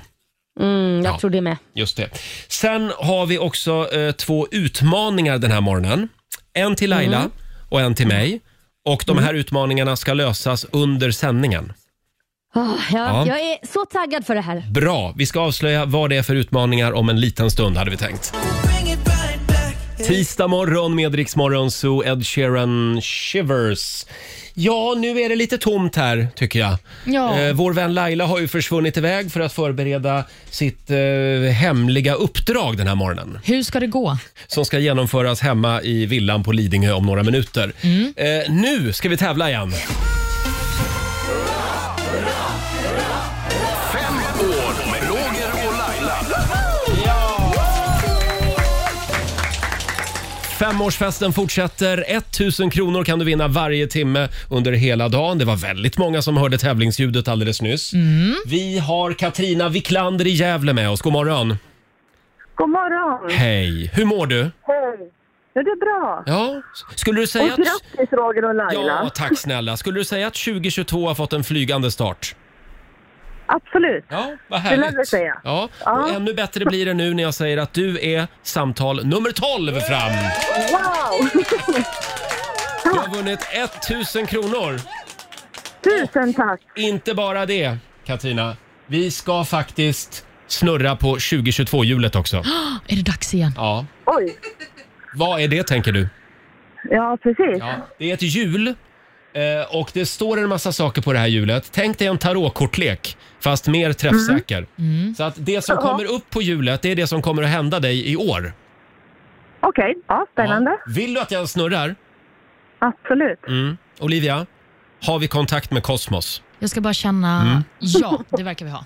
Mm, jag Ja. tror det med. Just det. Sen har vi också eh, två utmaningar den här morgonen. En till Laila Mm. och en till mig. Och de här utmaningarna ska lösas under sändningen. Ah, Ja. jag, jag är så taggad för det här. Bra, vi ska avslöja vad det är för utmaningar om en liten stund hade vi tänkt. Tisdag morgon med Rix Morgon Zoo, Ed Sheeran Shivers. Ja, nu är det lite tomt här tycker jag. Ja. Eh, vår vän Laila har ju försvunnit iväg för att förbereda sitt eh, hemliga uppdrag den här morgonen. Hur ska det gå? Som ska genomföras hemma i villan på Lidingö om några minuter. Eh, nu ska vi tävla igen. Fem år med Roger och Laila. Femårsfesten fortsätter. 1000 kronor kan du vinna varje timme under hela dagen. Det var väldigt många som hörde tävlingsljudet alldeles nyss. Vi har Katrina Wiklander i Gävle med oss. God morgon. God morgon! Hej. Hur mår du? Hej! Nu är det bra. Ja, skulle du säga Och att... grattis Roger och Laila. Ja, tack snälla. Skulle du säga att 2022 har fått en flygande start? Absolut. Ja, vad Det lär vi härligt. säga. Ja, och Ja. ännu bättre blir det nu när jag säger att du är samtal nummer 12 fram. Wow! Du har vunnit 1000 kronor. Tusen tack! Inte bara det, Katina. Vi ska faktiskt snurra på 2022-hjulet också. Är det dags igen? Ja. Oj! Vad är det, tänker du? Ja, precis. Ja, det är ett hjul eh, och det står en massa saker på det här hjulet. Tänk dig en tarotkortlek, fast mer träffsäker. Så att det som Ja. kommer upp på hjulet, det är det som kommer att hända dig i år. Okej, ja, spännande. Vill du att jag snurrar? Absolut. Mm. Olivia, har vi kontakt med kosmos? Jag ska bara känna... Mm. Ja, det verkar vi ha.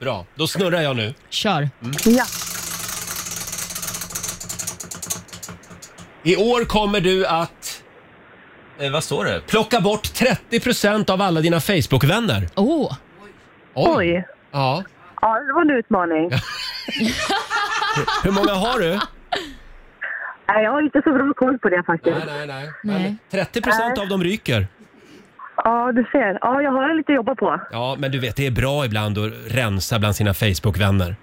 Bra, då snurrar jag nu. Kör. Ja. I år kommer du att... Eh, vad står det? Plocka bort 30 av alla dina Facebook-vänner. Åh! Oj. Oj! Ja. Ja, det var en utmaning. Hur många har du? Nej, jag har inte så bra koll på det faktiskt. nej, nej. Nej. 30 av dem ryker. Ja, du ser. Ja, jag har lite att jobba på. Ja, men du vet, det är bra ibland att rensa bland sina Facebook-vänner.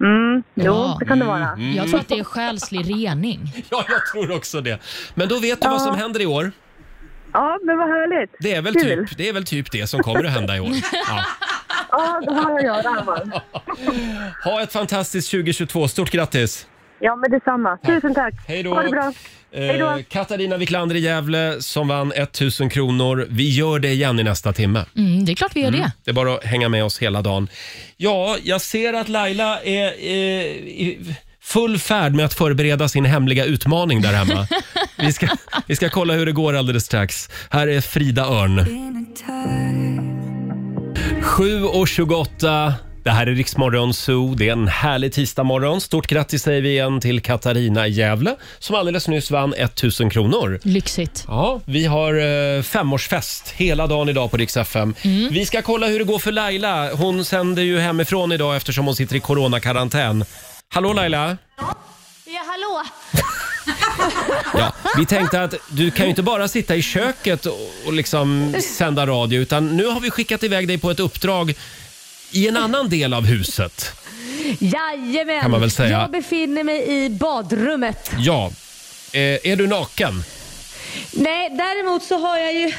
Mm, jo, Ja. det kan det vara. Mm. Jag tror att det är själslig rening. Ja, jag tror också det. Men då vet du vad som händer i år. Ja, men vad härligt. Det är väl, Kul. typ, det, är väl typ det som kommer att hända i år. Ja. Ja, det har jag att göra. Alvar. Ha ett fantastiskt 2022. Stort grattis! Ja, men detsamma. Tusen tack. Hej då. Ha det bra. Hej då. Eh, Katarina Wiklander i Gävle som vann 1000 kronor. Vi gör det igen i nästa timme. Mm, det är klart vi gör det. Det är bara att hänga med oss hela dagen. Ja, jag ser att Laila är eh, i- full färd med att förbereda sin hemliga utmaning där hemma. Vi ska, vi ska kolla hur det går alldeles strax. Här är Frida Örn. 7 och 28. Det här är Riksmorgon Zoo. Det är en härlig tisdagmorgon. Stort grattis säger vi igen till Katarina i Gävle som alldeles nyss vann 1000 kronor. Lyxigt. Ja, vi har eh, femårsfest hela dagen idag på Rix FM. Vi ska kolla hur det går för Laila. Hon sänder ju hemifrån idag eftersom hon sitter i coronakarantän. Hallå Laila! Ja, hallå! Ja, vi tänkte att du kan ju inte bara sitta i köket och, och liksom sända radio utan nu har vi skickat iväg dig på ett uppdrag i en annan del av huset. Jajamän! Kan man väl säga. Jag befinner mig i badrummet. Ja, eh, är du naken? Nej, däremot så har jag ju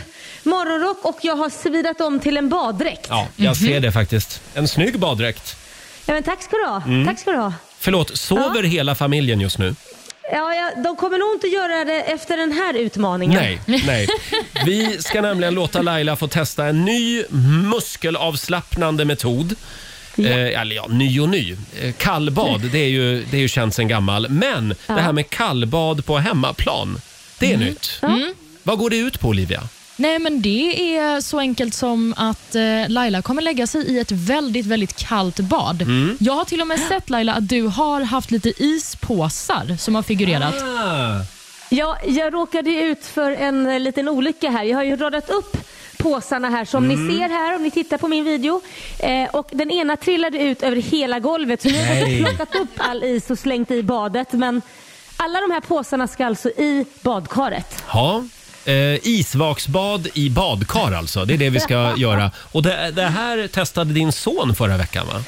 morgonrock och jag har svidat om till en baddräkt. Ja, jag ser det faktiskt. En snygg baddräkt. Ja, men tack ska du ha. Mm. Tack ska du ha. Förlåt, sover hela familjen just nu? Ja, ja, de kommer nog inte göra det efter den här utmaningen. Nej, nej. Vi ska nämligen låta Laila få testa en ny muskelavslappnande metod. Eh, eller ja, ny och ny. Eh, kallbad, det är ju, det är ju känt sedan gammal. Men Ja. det här med kallbad på hemmaplan, det är Mm. nytt. Ja. Mm. Vad går det ut på Olivia? Nej, men det är så enkelt som att eh, Laila kommer lägga sig i ett väldigt, väldigt kallt bad. Mm. Jag har till och med sett Laila att du har haft lite ispåsar som har figurerat. Ah. Ja, jag råkade ju ut för en eh, liten olycka här. Jag har ju radat upp påsarna här som Mm. ni ser här om ni tittar på min video. Eh, och den ena trillade ut över hela golvet så nu har jag Nej. gått och plockat upp all is och slängt i badet. Men alla de här påsarna ska alltså i badkaret. Ja. Eh, isvaksbad i badkar alltså, det är det vi ska göra. Och det, det här testade din son förra veckan va?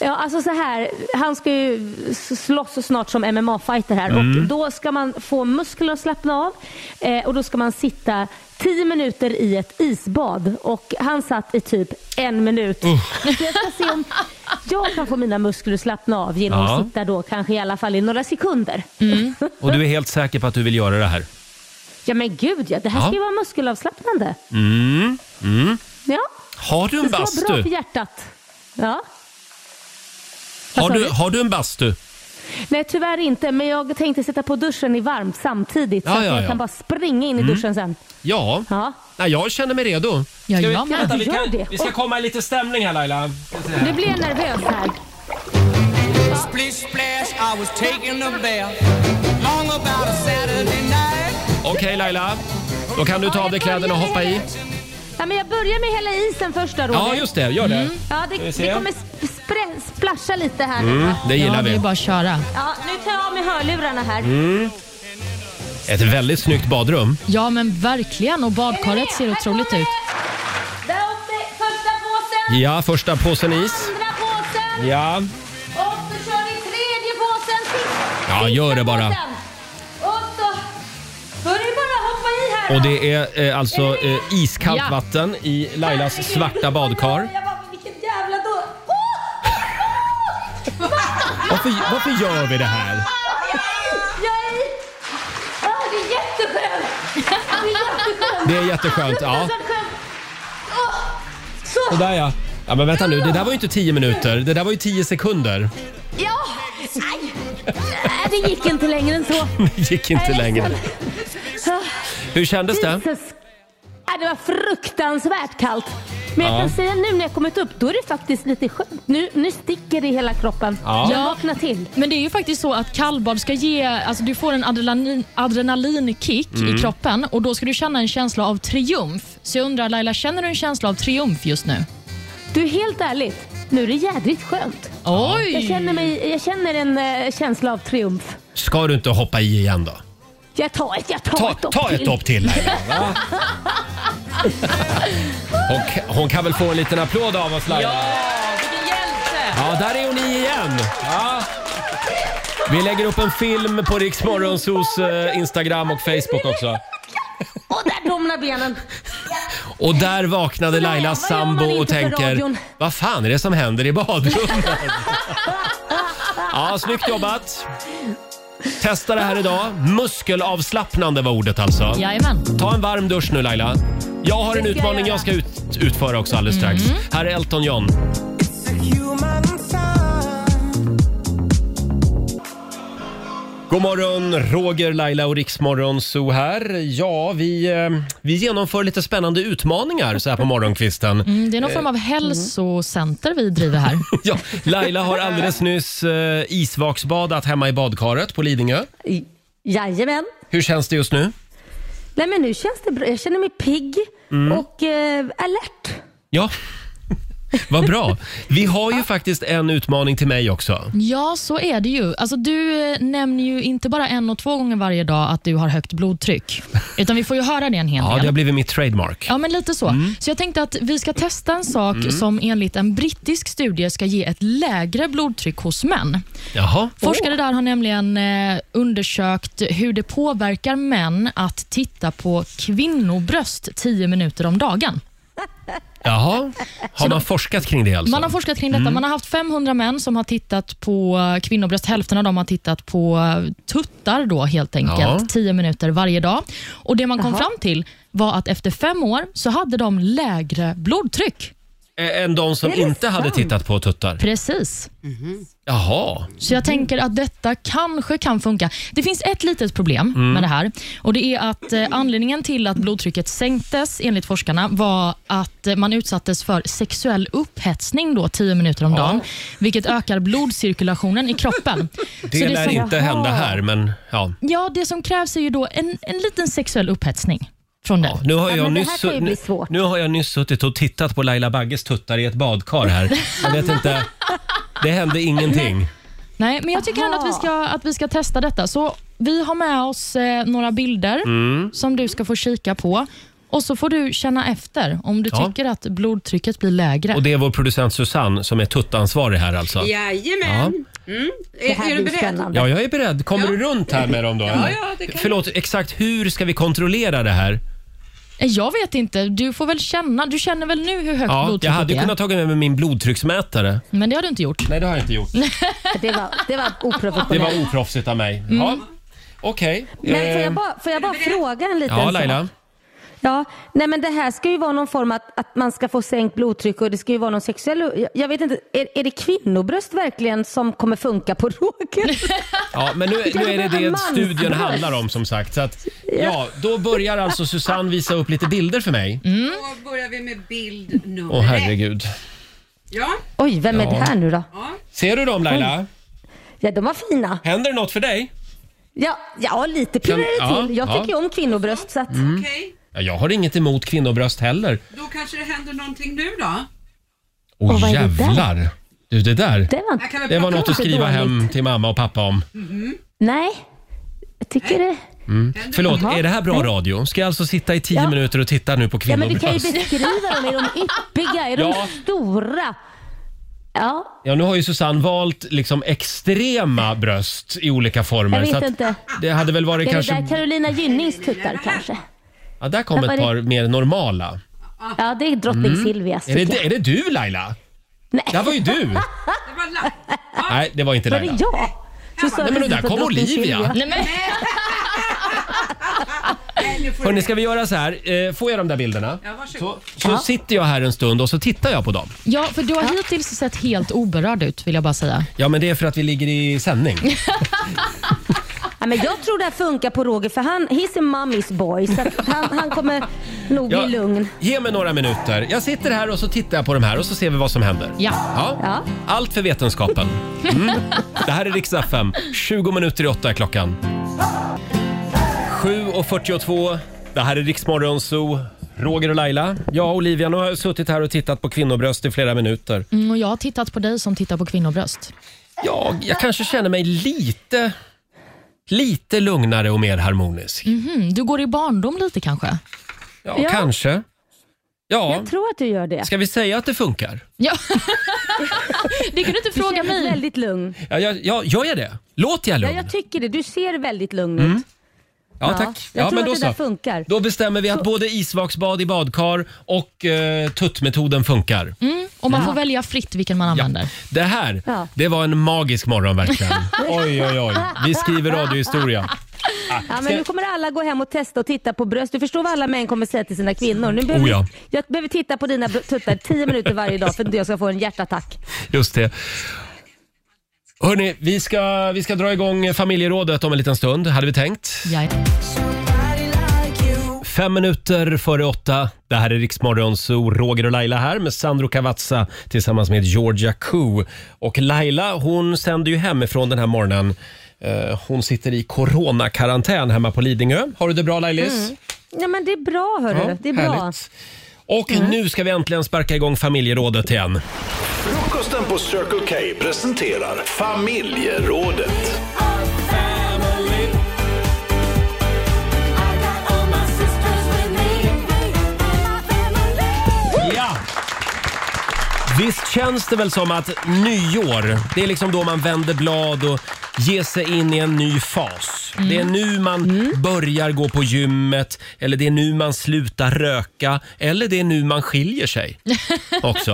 Ja, alltså så här, han ska ju s- slåss så snart som MMA-fighter här och Mm. då ska man få musklerna att slappna av eh, och då ska man sitta 10 minuter i ett isbad och han satt i typ en minut. Jag ska se om jag kan få mina muskler att slappna av genom Ja. att sitta då kanske i alla fall i några sekunder. Och du är helt säker på att du vill göra det här? Ja men gud ja, det här Ja. ska ju vara muskelavslappnande. Mm, mm. Ja. Har du en det ska vara bra bastu? för hjärtat. Ja. Har Vad sa du, du? har du en bastu? Nej tyvärr inte, men jag tänkte sätta på duschen i varmt samtidigt Ja, så att ja, jag ja. kan bara springa in i Mm. duschen sen. Ja. Nej, jag känner mig redo. Ska vi, jag med. vänta, vi, Gör kan, det. vi ska komma i lite stämning här Laila. Ska se här. Nu blir jag nervös här. Splish splash, I was taking a bath. Long about a Saturday night. Okej Laila, då kan du ta av dig kläderna och hoppa i. Ja, men jag börjar med hela isen först då, Roger. Mm. Ja, just det. Gör det. Ja, det, Ska vi se. det kommer sp- spre- splasha lite här Mm, nu. det gillar Ja, vi. det är bara att köra. Ja, nu tar jag av mig hörlurarna här. Mm. Ett väldigt snyggt badrum. Ja, men verkligen. Och badkaret ser otroligt ut. Där uppe, första påsen, Ja, första påsen is. andra påsen Ja, och så kör vi tredje påsen, sista ja gör det bara. påsen. Och så börjar vi bara hoppa i här. Och det är eh, alltså eh, iskallt Ja. vatten i Lailas svarta badkar. Jag bara, vilket jävla då... Varför, varför gör vi det här? Jag är... Ah, det är jätteskönt! Det är jätteskönt! Det är jätteskönt, ja. Fruktansvärt skönt. Åh, Så! Sådär ja. Ja men vänta nu, det där var ju inte 10 minuter, det där var ju 10 sekunder. Ja! Nej! Nej, det gick inte längre än så. Det gick inte längre. Ah, Hur kändes det? Jesus. Nej, det var fruktansvärt kallt. Men jag Ja. kan säga nu när jag kommit upp, då är det faktiskt lite skönt. Nu, nu sticker det i hela kroppen. Ja. Jag vaknar till. Men det är ju faktiskt så att kallbad ska ge, alltså du får en adrenalin, adrenalinkick Mm. i kroppen och då ska du känna en känsla av triumf. Så jag undrar Laila, känner du en känsla av triumf just nu? Du, helt ärligt, nu är det jädrigt skönt. Oj! Jag känner, mig, jag känner en eh, känsla av triumf. Ska du inte hoppa i igen då? Jag tar ett, jag tar Ta, ett dopp ta till. ett dopp till Laila. Va? Hon, ka- hon kan väl få en liten applåd av oss Laila? Ja, där är hon i igen. Ja. Vi lägger upp en film på Rix Morgonzos eh, Instagram och Facebook också. Och där domnar benen. Och där vaknade Laila sambo man inte och för tänker, radion? vad fan är det som händer i badrummet? Ja, snyggt jobbat. Testa det här idag. Muskelavslappnande var ordet alltså. Jajamän. Ta en varm dusch nu Laila. Jag har en Det ska utmaning jag jag ska ut, utföra också alldeles strax. Mm. Här är Elton John. Human time. God morgon, Roger, Laila och Riksmorgon så här. Ja, vi, eh, vi genomför lite spännande utmaningar så här på morgonkvisten. Mm, det är någon form av Eh, mhm. hälsocenter vi driver här. Ja, Laila har alldeles nyss eh, isvaksbadat hemma i badkaret på Lidingö. Jajamän. Hur känns det just nu? Nej men nu känns det bra. Jag känner mig pigg Mm. och eh, alert. Ja, vad bra. Vi har ju faktiskt en utmaning till mig också. Ja, så är det ju. Alltså, du eh, nämner ju inte bara en och två gånger varje dag att du har högt blodtryck, utan vi får ju höra det en hel Ja, del. det har blivit mitt trademark. Ja, men lite så. Så jag tänkte att vi ska testa en sak Mm. som enligt en brittisk studie ska ge ett lägre blodtryck hos män. Jaha. Forskare där har nämligen eh, undersökt hur det påverkar män att titta på kvinnobröst 10 minuter om dagen. Jaha. Har man forskat kring det alltså? Man har forskat kring detta. Mm. Man har haft 500 män som har tittat på eh, kvinnobröst. Hälften av dem har tittat på eh, tuttar då helt Ja. enkelt, 10 minuter varje dag. Och Det man kom Jaha. fram till var att efter fem år så hade de lägre blodtryck. Ä- Än de Eh, som Är det inte hade sant? tittat på tuttar? Precis. Jaha. Så jag Mm. tänker att detta kanske kan funka. Det finns ett litet problem Mm. med det här och det är att eh, anledningen till att blodtrycket sänktes enligt forskarna var att eh, man utsattes för sexuell upphetsning då 10 minuter om dagen, vilket ökar blodcirkulationen i kroppen. Det, Så lär som- inte hända här, men ja. Ja, det som krävs är ju då en, en liten sexuell upphetsning från dig. Nu har, jag nyss, nu, nu har jag nyss suttit och tittat på Laila Bagges tuttar i ett badkar här. Jag vet inte. Det hände ingenting. Nej, men jag tycker ändå att vi, ska, att vi ska testa detta. Så vi har med oss eh, några bilder Mm. som du ska få kika på. Och så får du känna efter om du Ja. tycker att blodtrycket blir lägre. Och det är vår producent Susanne som är tuttansvarig här alltså. Jajamän. Mm. Är, är du beredd? Ja, jag är beredd. Kommer du runt här med dem då? Ja, eller? ja, det kan Förlåt, exakt hur ska vi kontrollera det här? Eh, Jag vet inte. Du får väl känna. Du känner väl nu hur högt Ja, jag blodtrycket hade är? ju kunnat ta med mig min blodtrycksmätare. Men det har du inte gjort. Nej, det har jag inte gjort. Det var, det var oprofessionellt. Det var oproffsigt av mig. Ja. Okej. Men får Eh, jag bara, får jag bara fråga en liten Ja, sak? Laila. Ja, nej men det här ska ju vara någon form att, att man ska få sänkt blodtryck och det ska ju vara någon sexuell... jag- Jag vet inte, är, är det kvinnobröst verkligen som kommer funka på Roger? Ja, men nu, nu är det det Mansbröst. studien handlar om som sagt. Så att, ja, då börjar alltså Susanne visa upp lite bilder för mig. Då börjar vi med bild nummer Åh herregud. Ja. Oj, vem är Ja. det här nu då? Ser du dem Laila? Ja, de var fina. Händer det något för dig? Ja, ja lite pirrar Ja, det till. Jag ja. tycker ju om kvinnobröst så att... Mm. Ja, jag har inget emot kvinnobröst heller. Då kanske det händer någonting nu då? Åh Och vad är det där? jävlar. Du det där. Det Jag kan var, väl det var prata något att lite skriva dåligt. hem till mamma och pappa om. Nej, jag tycker det... Mm. Förlåt, Jaha. är det här bra Nej. radio? Ska jag alltså sitta i tio Ja. minuter och titta nu på Ja, men du kan ju kvinnobröst? beskriva dem. Är de yppiga? Är de Ja. stora? Ja, Ja, nu har ju Susanne valt liksom extrema bröst i olika former. jag så vet att inte. Det hade väl Är varit det kanske... Mm. där Carolina Gynnings tuttar kanske? Ja, där kom Där var ett det- par mer normala. Ja, det är drottning Mm. Silvias Är det, tycker är det du Laila? Nej. Det här var ju du. Det var Nej, det var inte Var Laila. det jag? Så sa Nej, men du där för kom drottning Olivia. Silvia. Nej, men... Hörni, ska vi göra så här? Eh, Får jag de där bilderna? Ja, så så sitter jag här en stund och så tittar jag på dem. Ja, för du har hittills sett helt oberörd ut vill jag bara säga. Ja, men det är för att vi ligger i sändning. Ja, men jag tror det här funkar på Roger för han, he's a mummy's boy så att han, han kommer nog Ja, bli lugn. Ge mig några minuter. Jag sitter här och så tittar jag på de här och så ser vi vad som händer. Ja. ja. Allt för vetenskapen. Mm. Det här är Rix FM. 20 minuter i åtta är klockan. 7.42. Det här är Rix Morgon Zoo. Roger och Laila. Ja, Olivia, nu har jag suttit här och tittat på kvinnobröst i flera minuter. Mm, och jag har tittat på dig som tittar på kvinnobröst. Ja, jag kanske känner mig lite, lite lugnare och mer harmonisk. Mm. Mhm, Du går i barndom lite kanske? Ja, kanske. Ja, Jag tror att du gör det. ska vi säga att det funkar? Ja. det kan du inte fråga du känns mig. väldigt lugn. Ja, ja, ja, gör jag det? Låter jag Ja, lugn? jag tycker det. Du ser väldigt lugn Mm. ut. Ja, tack. Jag Ja, tror men att då det där så. funkar. Då bestämmer vi att både isvaksbad i badkar och eh, tuttmetoden funkar. Mm, och man får välja fritt vilken man använder. Det här, Ja. det var en magisk morgon verkligen. Oj, oj, oj. Vi skriver radiohistoria. Ah, Ja, ska- men nu kommer alla gå hem och testa och titta på bröst. Du förstår vad alla män kommer säga till sina kvinnor. Nu behöver Oh, ja. Jag behöver titta på dina br- tuttar 10 minuter varje dag för att jag ska få en hjärtattack. Just det. Hörni, vi ska, vi ska dra igång familjerådet om en liten stund, hade vi tänkt. Fem minuter före åtta. Det här är Riksmorgon Zoo. Roger och Laila här med Sandro Cavazza tillsammans med Georgia Koo. Och Laila, hon sänder ju hemifrån den här morgonen. Eh, Hon sitter i coronakarantän hemma på Lidingö. Har du det bra Lailis? Mm. Ja, men det är bra hörru. Ja, det är bra. härligt. Och nu ska vi äntligen sparka igång familjerådet igen. Frukosten på Circle K presenterar familjerådet. Ja! Visst känns det väl som att nyår, det är liksom då man vänder blad och ger sig in i en ny fas. Mm. Det är nu man börjar gå på gymmet, eller det är nu man slutar röka, eller det är nu man skiljer sig också.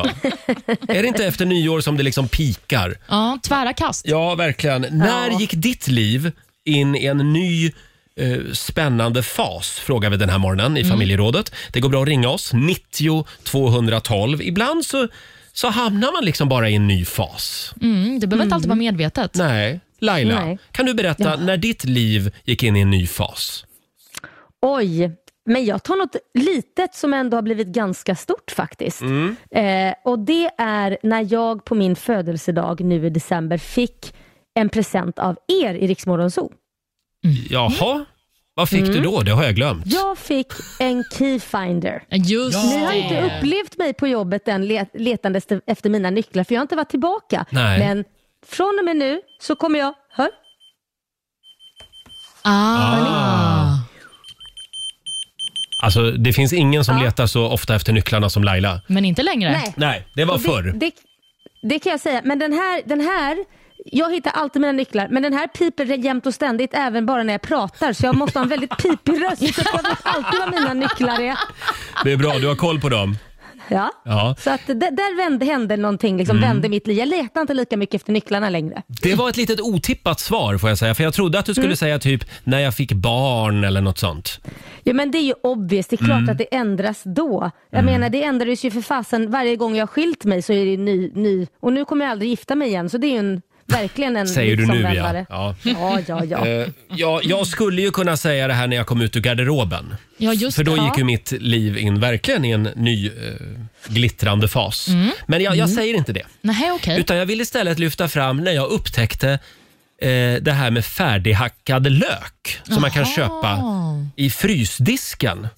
är det inte efter nyår som det liksom pikar? Ja, tvära kast. Ja, verkligen. När gick ditt liv in i en ny eh, spännande fas? Frågar vi den här morgonen i Mm. familjerådet. Det går bra att ringa oss, 90 212. Ibland så, så hamnar man liksom bara i en ny fas. Mm, det behöver inte alltid vara medvetet. Nej. Laila, Nej. kan du berätta Ja. när ditt liv gick in i en ny fas? Oj, men jag tar något litet som ändå har blivit ganska stort faktiskt. Mm. Eh, och det är när jag på min födelsedag nu i december fick en present av er i Riksmorgon Zoo. Jaha, vad fick du Mm. då? Det har jag glömt. Jag fick en keyfinder. Just Ni har det. inte upplevt mig på jobbet än let- letandes te- efter mina nycklar för jag har inte varit tillbaka. Nej. Men från och med nu så kommer jag, hör, Ah. Alltså, det finns ingen som letar så ofta efter nycklarna som Laila. Men inte längre. Nej. Nej, det var Och förr. Det, det kan jag säga, men den här, den här jag hittar alltid mina nycklar, men den här piper jämt och ständigt även bara när jag pratar så jag måste ha en väldigt pipig röst. Så jag vet alltid var mina nycklar är. Det är bra, du har koll på dem. Ja. Ja. Så att det- där vände, hände någonting, liksom Mm. vände mitt liv. Jag letar inte lika mycket efter nycklarna längre. Det var ett litet otippat svar får jag säga, för jag trodde att du skulle Mm. säga typ när jag fick barn eller något sånt. Ja men det är ju obvious, det är klart Mm. att det ändras då. Jag Mm. menar det ändrades ju för fasen, varje gång jag har skilt mig så är det ny, ny och nu kommer jag aldrig gifta mig igen så det är ju en, verkligen en Säger du nu ja. livsomvälvare. Ja. Ja, ja, ja. Eh, ja. Jag skulle ju kunna säga det här när jag kom ut ur garderoben. Ja, just för då det. gick ju Ja. mitt liv in verkligen i en ny eh, glittrande fas. Mm. Men jag, jag Mm. Eh. säger inte det. Nej, okej. Utan jag vill istället lyfta fram när jag upptäckte eh, det här med färdighackad lök som man kan köpa i frysdisken.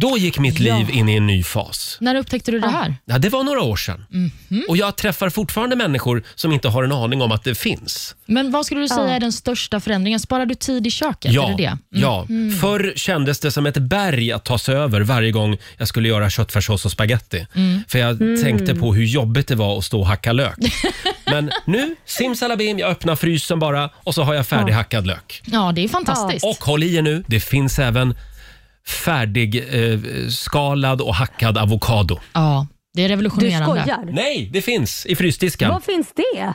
Då gick mitt Ja. liv in i en ny fas. När upptäckte du det här? Ja, det var några år sedan. Mhm. Och jag träffar fortfarande människor som inte har en aning om att det finns. Men vad skulle du säga Ja. är den största förändringen? Sparar du tid i köket? ja, Är det det? Mm. ja. Mm. Förr kändes det som ett berg att ta sig över varje gång jag skulle göra köttfärssås och spaghetti. Mm. För jag Mm. tänkte på hur jobbigt det var att stå och hacka lök. Men nu, simsalabim, jag öppnar frysen bara och så har jag färdighackad lök. Ja, det är fantastiskt. Och håll i er nu, det finns även färdigskalad eh, skalad och hackad avokado. Ja, det är revolutionerande. Du skojar? Nej, det finns i frysdisken. Var finns det?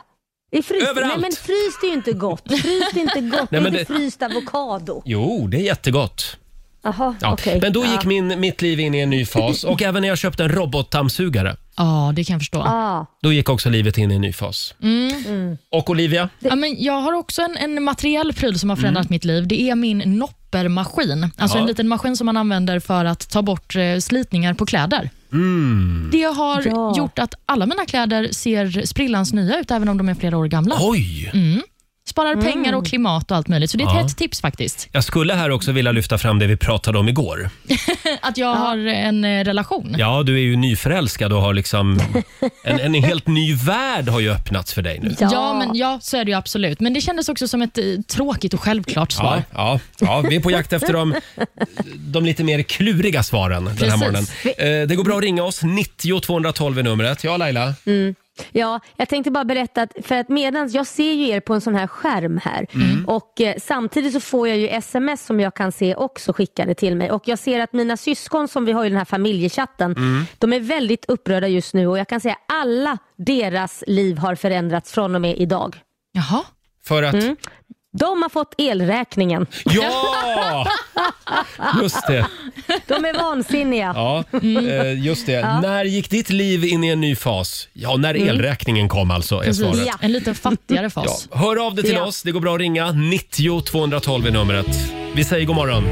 I frys? Överallt. Nej men fryst är ju inte gott. Fryst är inte gott. Nej, men det är det- inte fryst avokado. Jo, det är jättegott. Jaha, Ja. okej. Men då gick ja. min, mitt liv in i en ny fas och även när jag köpte en robotdammsugare. Ja, det kan jag förstå. Ja. Då gick också livet in i en ny fas. Mm. Och Olivia? Ja, men jag har också en, en materiell pryl som har förändrat mitt liv. Det är min noppermaskin. Alltså Mm. Ja. en liten maskin som man använder för att ta bort eh, slitningar på kläder. Mm. Det har Ja. gjort att alla mina kläder ser sprillans nya ut, även om de är flera år gamla. Oj! Mm. Sparar pengar och klimat och allt möjligt, så det är ett Ja. hett tips faktiskt. Jag skulle här också vilja lyfta fram det vi pratade om igår. att jag har en eh, relation. Ja, du är ju nyförälskad och har liksom... En, en helt ny värld har ju öppnats för dig nu. Ja. men, ja, så är det ju absolut. Men det kändes också som ett eh, tråkigt och självklart svar. Ja, ja, ja, vi är på jakt efter de, de lite mer kluriga svaren den här Precis. morgonen. Eh, det går bra att ringa oss. 90 212 är numret. Ja, Laila? Mm. Ja, jag tänkte bara berätta att, för att medan jag ser ju er på en sån här skärm här Mm. och eh, samtidigt så får jag ju sms som jag kan se också skickade till mig och jag ser att mina syskon som vi har i den här familjechatten, Mm. de är väldigt upprörda just nu och jag kan säga att alla deras liv har förändrats från och med idag. Jaha. För att? De har fått elräkningen. Ja! Just det. De är vansinniga. Ja, Mm. eh, just det. Ja. När gick ditt liv in i en ny fas? Ja, när Mm. elräkningen kom alltså, är Precis. svaret. En lite fattigare Ja. fas. Hör av dig till Ja. oss. Det går bra att ringa. 90 212 är numret. Vi säger god morgon.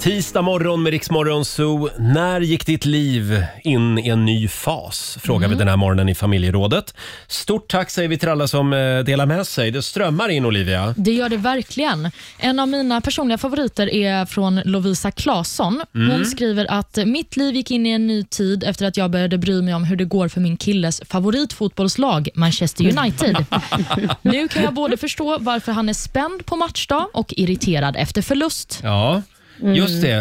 Tisdag morgon med Riksmorgon Zoo. När gick ditt liv in i en ny fas? Frågar Mm. vi den här morgonen i familjerådet. Stort tack säger vi till alla som eh, delar med sig. Det strömmar in Olivia. Det gör det verkligen. En av mina personliga favoriter är från Lovisa Claesson. Hon Mm. skriver att mitt liv gick in i en ny tid efter att jag började bry mig om hur det går för min killes favoritfotbollslag, Manchester United. nu kan jag både förstå varför han är spänd på matchdag och irriterad efter förlust. Ja, Mm. just det.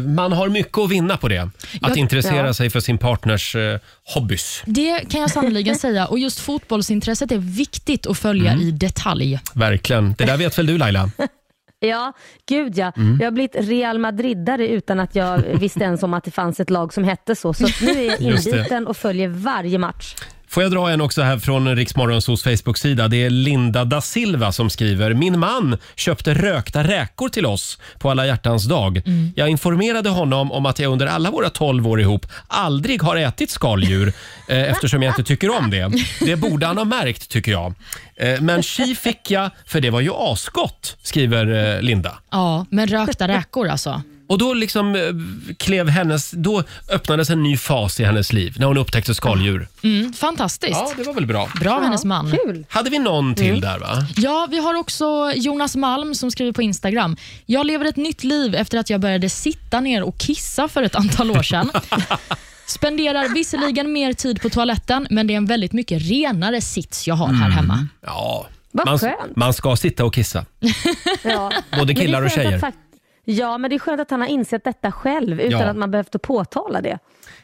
Eh, Man har mycket att vinna på det. Att Jag- intressera ja. sig för sin partners eh, hobbys. Det kan jag sannoliken säga och just fotbollsintresset är viktigt att följa Mm. i detalj. Verkligen. Det där vet väl du Laila? Ja, gud ja. Mm. Jag har blivit Real Madridare utan att jag visste ens om att det fanns ett lag som hette så. Så att nu är jag Just det. inbiten och följer varje match. Får jag dra en också här från Riksmorgonsos Facebook-sida. Det är Linda da Silva som skriver. Min man köpte rökta räkor till oss på alla hjärtans dag. Jag informerade honom om att jag under alla våra 12 år ihop aldrig har ätit skaldjur eh, eftersom jag inte tycker om det. Det borde han ha märkt tycker jag. Eh, men tji fick jag för det var ju asgott, skriver eh, Linda. Ja, men rökta räkor alltså. Och då liksom eh, klev hennes, då öppnades en ny fas i hennes liv när hon upptäckte skaldjur. Mm, fantastiskt. Ja, det var väl bra. Bra av hennes man. Hade vi någon till Mm. där va? Ja, vi har också Jonas Malm som skriver på Instagram. Jag lever ett nytt liv efter att jag började sitta ner och kissa för ett antal år sedan. Spenderar visserligen mer tid på toaletten, men det är en väldigt mycket renare sits jag har Mm. här hemma. Ja. Vad man, skönt. man ska sitta och kissa. Ja. Både Men det är killar och skönt tjejer. att fakt- Ja, men det är skönt att han har insett detta själv utan Ja. att man behövt att påtala det.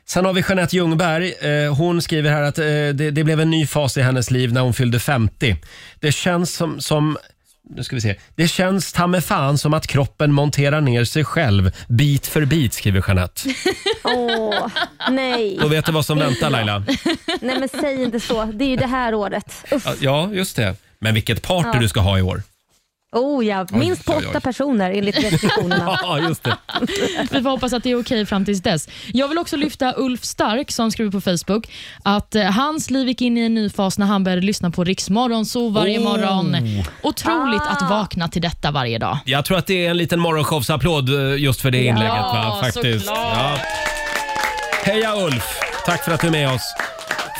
Sen har vi Jeanette Ljungberg. Eh, Hon skriver här att eh, det, det blev en ny fas i hennes liv när hon fyllde 50. Det känns som, som nu ska vi se. Det känns ta mig fan som att kroppen monterar ner sig själv bit för bit, skriver Jeanette. Åh, nej. Då vet du vad som väntar Laila. Nej, men säg inte så. Det är ju det här året. Uff. Ja, just det. Men vilket party Ja. du ska ha i år. Oh ja, Oj, minst på oj, oj. åtta personer enligt restriktionerna. Ja, just det. Vi får hoppas att det är okej fram tills dess. Jag vill också lyfta Ulf Stark som skriver på Facebook att eh, hans liv gick in i en ny fas när han började lyssna på Riksmorgon så varje Oh. morgon. Otroligt att vakna till detta varje dag. Jag tror att det är en liten morgonshowsapplåd eh, just för det Ja, inlägget. Va? Faktiskt. såklart. Heja Ulf! Tack för att du är med oss.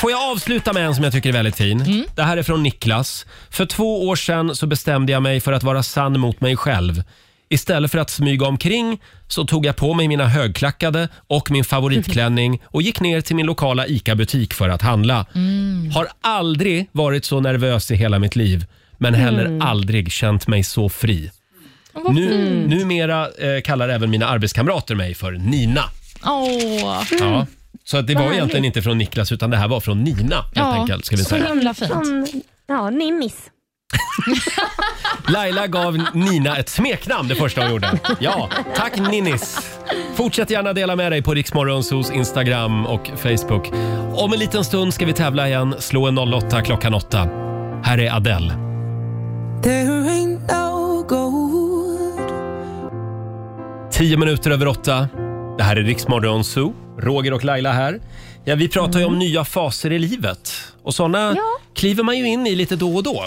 Får jag avsluta med en som jag tycker är väldigt fin. Mm. Det här är från Niklas. För två år sedan så bestämde jag mig för att vara sann mot mig själv. Istället för att smyga omkring så tog jag på mig mina högklackade och min favoritklänning och gick ner till min lokala ICA-butik för att handla. Mm. Har aldrig varit så nervös i hela mitt liv, men heller Mm. aldrig känt mig så fri. Vad Nu, fint. numera eh, kallar även mina arbetskamrater mig för Nina. Åh. Ja. Så att det Mm. Vad var egentligen härligt. inte från Niklas utan det här var från Nina helt enkelt. Ska vi så säga. himla fint. ja, Ninnis. Laila gav Nina ett smeknamn det första hon gjorde. Ja, tack Ninnis. Fortsätt gärna dela med dig på Riksmorgonsos Instagram och Facebook. Om en liten stund ska vi tävla igen. Slå en 08 klockan 8. Här är Adele. There ain't no gold. 10 minuter över åtta. Det här är Riksmorgon Zoo. Roger och Laila här. Ja, vi pratar ju om Mm. nya faser i livet. Och såna kliver man ju in i lite då och då.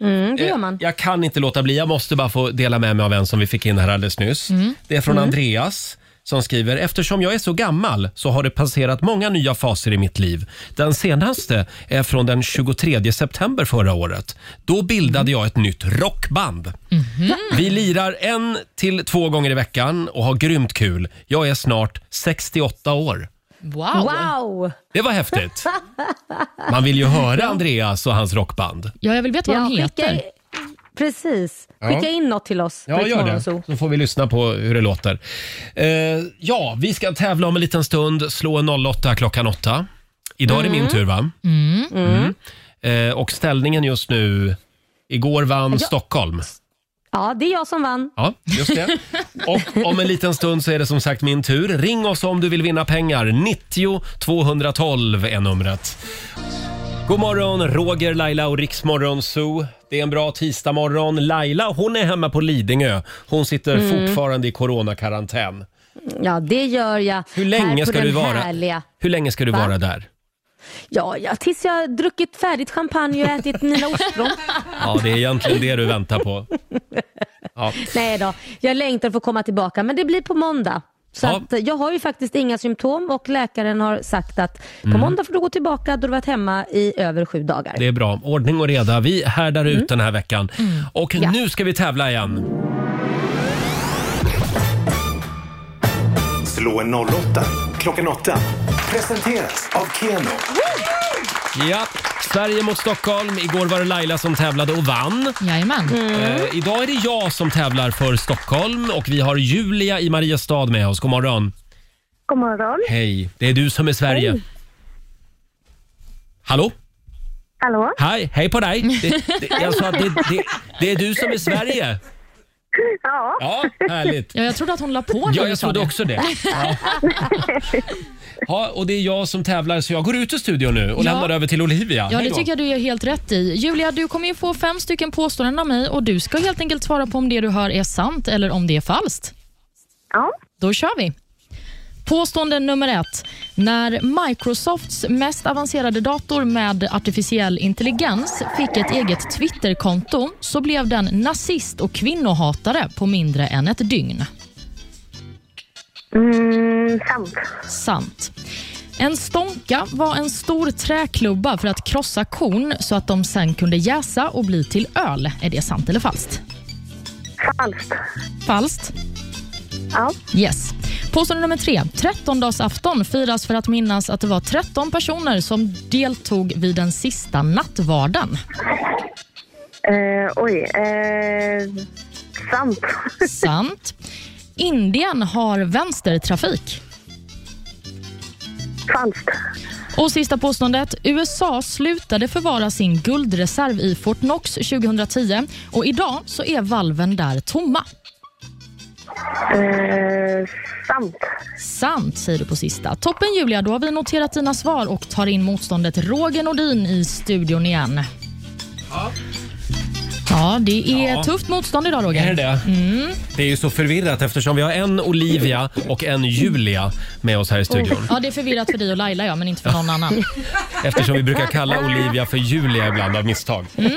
Mm, det gör Eh, man. Jag kan inte låta bli. Jag måste bara få dela med mig av en som vi fick in här alldeles nyss. Mm. Det är från Mm. Andreas som skriver “Eftersom jag är så gammal så har det passerat många nya faser i mitt liv. Den senaste är från den 23 september förra året. Då bildade jag ett nytt rockband. Mhm. Vi lirar en till två gånger i veckan och har grymt kul. Jag är snart 68 år. Wow. wow. Det var häftigt. Man vill ju höra Andreas och hans rockband. Ja, jag vill veta vad han skicka- heter. Precis. Ja. Skicka in något till oss. Ja, på gör det. Riksmorgonzoo. Så får vi lyssna på hur det låter. Eh, ja, vi ska tävla om en liten stund. Slå en 08 klockan 8. Idag är det min Mm. tur, va? Mm. Mm. Eh, och ställningen just nu... Igår vann Ja. Stockholm. Ja, det är jag som vann. Ja, just det. Och om en liten stund så är det som sagt min tur. Ring oss om du vill vinna pengar. 90 212 är numret. God morgon, Roger, Laila och Riksmorgon Zoo. Det är en bra tisdagmorgon. Laila, hon är hemma på Lidingö. Hon sitter Mm. fortfarande i coronakarantän. Ja, det gör jag. Hur länge här ska på du den vara? Härliga. Hur länge ska du Va? vara där? Ja, ja, tills jag har druckit färdigt champagne och ätit mina ostron. Ja, det är egentligen det du väntar på. Ja. Nej då, jag längtar för att komma tillbaka men det blir på måndag. Så Ja. att, jag har ju faktiskt inga symptom och läkaren har sagt att på Mm. måndag får du gå tillbaka då du varit hemma i över sju dagar. Det är bra. Ordning och reda. Vi härdar Mm. ut den här veckan. Och nu ska vi tävla igen. Slå en 08 klockan 8. Presenteras av Keno. Ja, Sverige mot Stockholm. Igår var det Laila som tävlade och vann. Jajamän. Eh, idag är det jag som tävlar för Stockholm och vi har Julia i Mariestad med oss. God morgon. God morgon. Hej, det är du som är Sverige. Hej. Hallå? Hallå? Hej, hej på dig. Det, det, jag sa att det, det, det är du som är Sverige. Ja. Ja, härligt. Ja, jag trodde att hon la på när Ja, du jag sa trodde också det. Ja. Ja, och det är jag som tävlar så jag går ut ur studion nu och Ja. lämnar över till Olivia. Ja, Hej det då. tycker jag du gör helt rätt i. Julia, du kommer ju få fem stycken påståenden av mig och du ska helt enkelt svara på om det du hör är sant eller om det är falskt. Ja. Då kör vi. Påstående nummer ett. När Microsofts mest avancerade dator med artificiell intelligens fick ett eget Twitterkonto så blev den nazist och kvinnohatare på mindre än ett dygn. Mm, sant. Sant. En stånka var en stor träklubba för att krossa korn så att de sen kunde jäsa och bli till öl. Är det sant eller falskt? Falskt. Falskt. Ja. Yes. Påstående nummer tre. 13-dagsafton firas för att minnas att det var 13 personer som deltog vid den sista nattvarden. Eh, oj. Eh, sant. Sant. Indien har vänstertrafik. Falskt. Och sista påståendet. USA slutade förvara sin guldreserv i Fort Knox 2010 och idag så är valven där tomma. Eh, sant. Sant, säger du på sista. Toppen Julia, då har vi noterat dina svar och tar in motståndet Roger Nordin i studion igen. Ja, det är Ja. tufft motstånd idag Roger. Är det? Mm. Det är ju så förvirrat eftersom vi har en Olivia och en Julia med oss här i studion. Ja, det är förvirrat för dig och Laila ja, men inte för någon annan. Oh. Eftersom vi brukar kalla Olivia för Julia ibland av misstag. Mm.